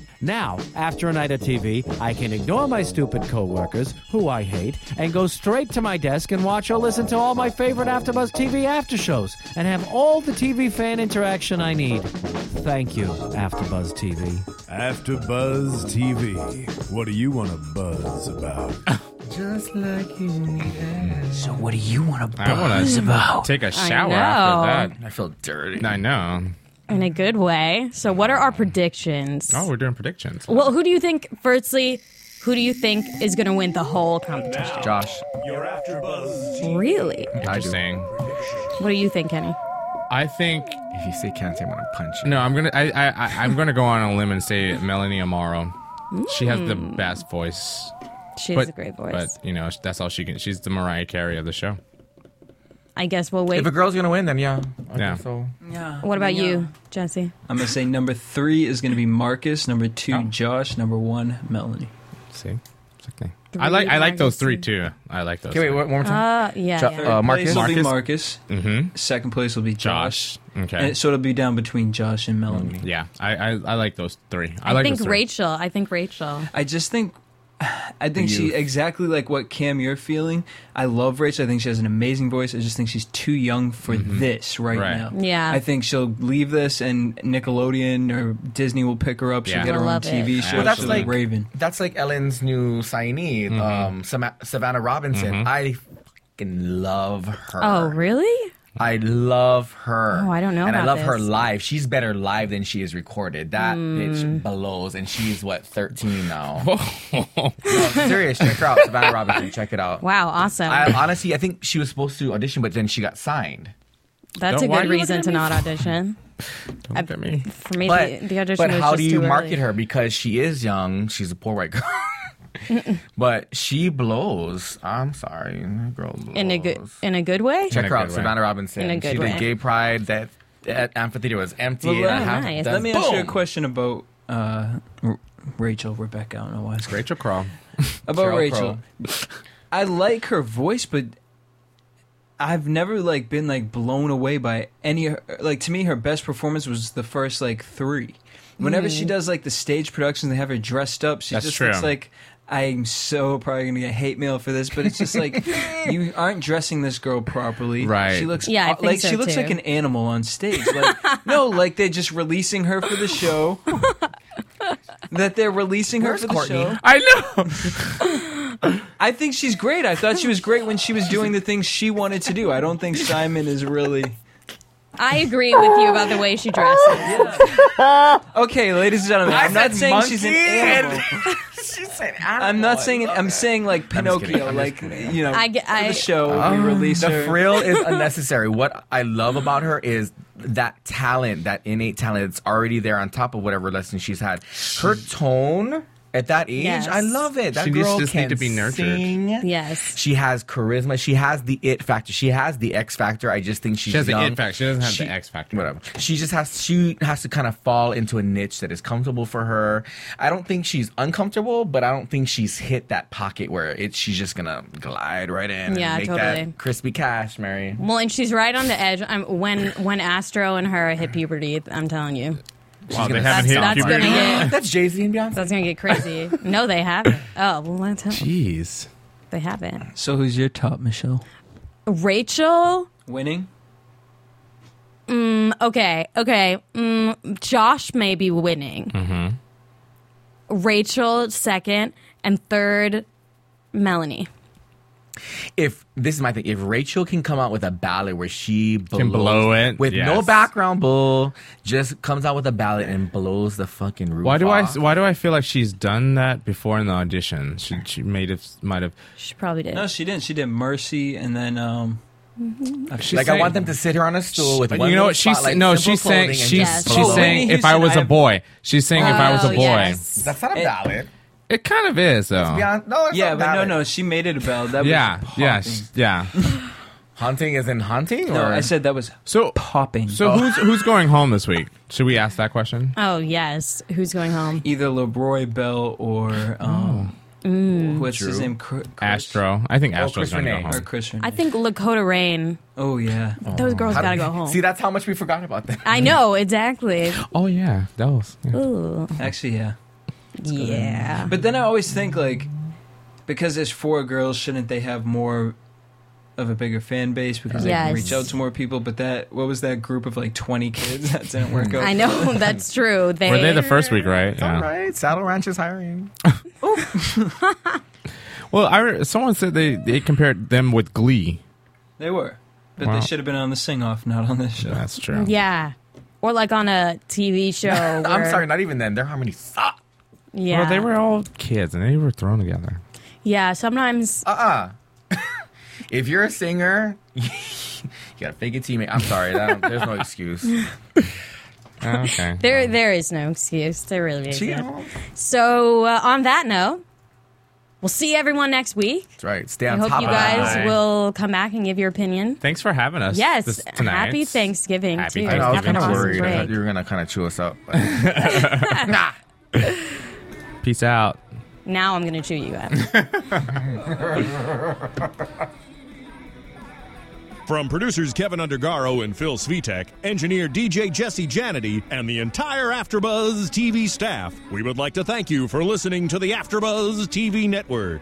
G: Now, after a night of TV, I can ignore my stupid coworkers, who I hate, and go straight to my desk and watch or listen to all my favorite AfterBuzz TV after shows and have all the TV fan interaction I need. Thank you, AfterBuzz TV.
A: After Buzz TV, what do you want to buzz about?
D: Just like you.
E: So what do you want to
C: I want
E: buzz
C: to
E: about?
C: take a shower
B: know.
C: after
D: I feel dirty.
C: that. I know.
B: in a good way. So, what are our predictions?
C: Oh, we're doing predictions.
B: Well, who do you think? Firstly, who do you think is going to win the whole competition?
D: Josh,
A: Your After Buzz.
B: Really?
D: I do.
C: Interesting.
B: What do you think, Kenny?
C: I think
D: If you say Kante, I'm gonna punch you.
C: no. I'm gonna. I, I, I I'm gonna go on a limb and say Melanie Amaro. She has the best voice.
B: Mm. She has a great voice.
C: But you know, that's all she can. She's the Mariah Carey of the show.
B: I guess we'll wait.
D: If a girl's gonna win, then yeah. Okay,
C: Yeah.
D: So
B: What about you, Jesse?
E: I'm gonna say number three is gonna be Marcus, number two Josh, number one Melanie.
C: See, It's okay. I like I like those three too. I like those.
D: okay, wait,
C: three.
D: one more time.
B: Uh, yeah.
D: Jo-
B: yeah.
D: uh, Marcus.
E: Place will be
C: Marcus?
E: Marcus. Mm-hmm. Second place will be Josh.
C: Josh. Okay.
E: And so it'll be down between Josh and Melanie.
C: Yeah, I, I I like those three. I,
B: I,
C: like
B: think
C: those three.
B: Rachel. I think Rachel.
E: I just think I think
D: The
E: she
D: youth.
E: exactly like what Cam you're feeling. I love Rachel. I think she has an amazing voice. I just think she's too young for
D: Mm-hmm.
E: this right,
C: Right.
E: now.
B: Yeah.
E: I think she'll leave this and Nickelodeon or Disney will pick her up. She'll
C: Yeah.
E: get her
B: You'll
E: own
B: love it.
E: TV show.
D: Well, that's
E: She'll
D: like
E: be Raven.
D: That's like Ellen's new signee,
C: Mm-hmm.
D: um, Sama- Savannah Robinson. I fucking love her.
B: Oh, really?
D: I love her.
B: Oh, I don't know
D: And I
B: about
D: love her
B: this.
D: live. She's better live than she is recorded. That
B: Hmm.
D: bitch blows, and she's what thirteen
C: [LAUGHS]
D: now. No, I'm serious. Check her out, Savannah Robinson. Check it out.
B: Wow, awesome.
D: I, honestly, I think she was supposed to audition, but then she got signed.
B: That's a
C: Don't- why
B: good
C: are you
B: reason
C: looking
B: to
C: at me?
B: not audition.
C: Look at me.
B: For me,
D: But
B: the, the audition
D: but
B: was
D: how
B: just
D: do you
B: too
D: market
B: early.
D: her? Because she is young. She's a poor white girl.
B: [LAUGHS]
D: [LAUGHS] but she blows. I'm sorry, that girl blows.
B: in a good in a good way?
D: Check
C: In a
D: her
C: good
D: out,
C: way.
D: Savannah Robinson.
B: In a good
D: she
B: way.
D: did Gay Pride. That, that amphitheater was empty. and I
E: Well, yeah,
D: have-
B: nice.
D: that's-
E: Let me ask you a
D: boom!
E: question about uh, R- Rachel, Rebecca. I don't know why. It's
C: Rachel Crow.
E: about
D: Cheryl
E: Rachel. I like her voice, but I've never like been like blown away by any of her- like to me her best performance was the first like three. Whenever she does like the stage productions, they have her dressed up. She
C: That's
E: just
C: true.
E: looks like I'm so probably gonna get hate mail for this, but it's just like you aren't dressing this girl properly.
C: Right.
E: She looks
B: Yeah, I
E: uh,
B: think
E: like
B: so,
E: she looks
B: too.
E: like an animal on stage.
B: [LAUGHS]
E: Like no, like they're just releasing her for the show. that they're releasing
D: Where's
E: her for
D: Courtney?
E: the show.
C: I know.
E: [LAUGHS] I think she's great. I thought she was great when she was doing the things she wanted to do. I don't think Simon is really.
B: I agree with you about the way
D: [LAUGHS]
B: she dresses.
E: Okay, ladies and gentlemen, I'm not saying she's an animal.
D: [LAUGHS] she said animal.
E: I'm not saying I'm saying like
D: kidding.
E: Pinocchio,
D: I'm just
E: like
D: kidding. Um,
E: you know,
B: I get-
E: for
B: I-
E: the show we release
D: The
E: her.
D: frill
B: [LAUGHS]
D: is unnecessary. What I love about her is that talent, that innate talent that's already there on top of whatever lesson she's had. Her tone at that age,
B: Yes.
D: I love it. That
C: She needs-
D: girl
C: just need
D: can
C: to be nurtured.
D: sing.
B: Yes.
D: She has charisma. She has the it factor. She has the X factor. I just think she's
C: She has the
D: young.
C: it factor. She doesn't have
D: She-
C: the X factor.
D: Whatever. She just has she has to kind of fall into a niche that is comfortable for her. I don't think she's uncomfortable, but I don't think she's hit that pocket where it she's just gonna glide right in.
B: Yeah,
D: and make
B: totally.
D: That crispy cash, Mary.
B: Well, and she's right on the edge. I'm, when when Astro and her hit puberty, I'm telling you,
C: Wow, they
D: gonna
C: haven't hit
B: that's gonna
C: puberty.
B: get
D: That's Jay Z and Beyonce.
B: that's gonna get crazy. No, they haven't. Oh well, let's hope
C: Jeez.
B: they haven't.
E: So who's your top, Michelle?
B: Rachel.
E: Winning.
B: Okay, okay. Mm, Josh may be winning.
C: Mm-hmm.
B: Rachel second and third, Melanie.
D: If this is my thing, if Rachel can come out with a ballad where she blows,
C: blow it,
D: with no
C: yes.
D: background bull, just comes out with a ballad and blows the fucking roof.
C: Why do I?
D: off.
C: Why do I feel like she's done that before in the audition? She, she made it. Might have.
B: She probably did.
E: No, she didn't. She did Mercy, and then um.
B: Mm-hmm.
C: She's
D: Like I want them to sit her on a stool with one
C: you
D: little
C: know what she's
D: spotlight,
C: no.
D: simple
C: She's saying
D: clothing, and
C: she's
B: Yes.
D: just
C: she's
D: blow.
E: Oh,
C: saying
E: Whitney
C: if I
E: Houston,
C: was
E: I
C: a
E: have-
C: boy. She's saying if I was a
B: Oh,
C: boy.
B: yes.
D: That's not a ballad.
C: It kind of is
B: [LAUGHS]
C: though.
D: Beyond, no, it's
E: Um, Yeah,
D: not
E: but no,
D: valid.
E: no, she made it about that.
C: Yeah.
E: was
C: Yeah.
E: popping.
C: sh- Yeah.
D: Haunting is in haunting?
E: No,
D: or?
E: I said that was
C: So
E: popping.
D: Oh.
C: So who's who's going home this week? Should we ask that question?
B: Oh yes, who's going home?
E: either LeBroy Bell or um, what's his name? Cr- Chris-
C: Oh. Astro. I think Astro's
D: Oh, Chris
C: going to go
D: Renee.
E: or
C: home.
E: Chris.
B: I think Lakota Rain.
E: Oh yeah.
B: Those girls
D: How-
B: gotta go home.
D: See, that's how much we forgot about that.
B: I know exactly.
C: Oh yeah, that was. yeah.
B: Ooh,
E: Actually, yeah.
B: yeah.
E: But then I always think like, because there's four girls, shouldn't they have more of a bigger fan base because they can
B: Yes.
E: reach out to more people? But that what was that group of like 20 kids [LAUGHS] that didn't
C: [LAUGHS]
E: work out?
B: I know [LAUGHS] that's true. They,
C: Were they the first week, right? Yeah.
D: All right, Saddle Ranch is hiring.
C: Well, I re- someone said they they compared them with Glee.
E: They were, but
C: Wow.
E: they should have been on the sing off, not on this show.
C: That's true.
B: [LAUGHS] Yeah, or like on a
C: [LAUGHS]
B: TV show.
D: I'm
B: where-
D: sorry, not even then. Their harmony sucked.
B: Yeah,
C: Well, they were all kids and they were thrown together.
B: Yeah, sometimes.
D: Uh-uh. if you're a singer, [LAUGHS] you gotta fake it till you make. I'm sorry, that, there's no excuse.
C: Okay.
B: There, there is no excuse. There really is.
D: Cheat
B: not
D: home.
B: So, uh, on that note, we'll see everyone next week.
D: That's right. Stay
B: I
D: on
B: hope
D: top
B: you
D: of that.
B: guys
C: Bye.
B: will come back and give your opinion.
C: Thanks for having us.
B: Yes,
C: this- tonight.
B: happy Thanksgiving.
C: Happy
B: too.
D: I know, I was
B: Have an
D: kind of
B: awesome
D: worried. I
B: break.
D: thought you were gonna kind of chew us up.
C: Peace out.
B: Now I'm going to chew you out.
A: From producers Kevin Undergaro and Phil Svitek, engineer DJ Jesse Janity, and the entire Afterbuzz TV staff, we would like to thank you for listening to the Afterbuzz TV network.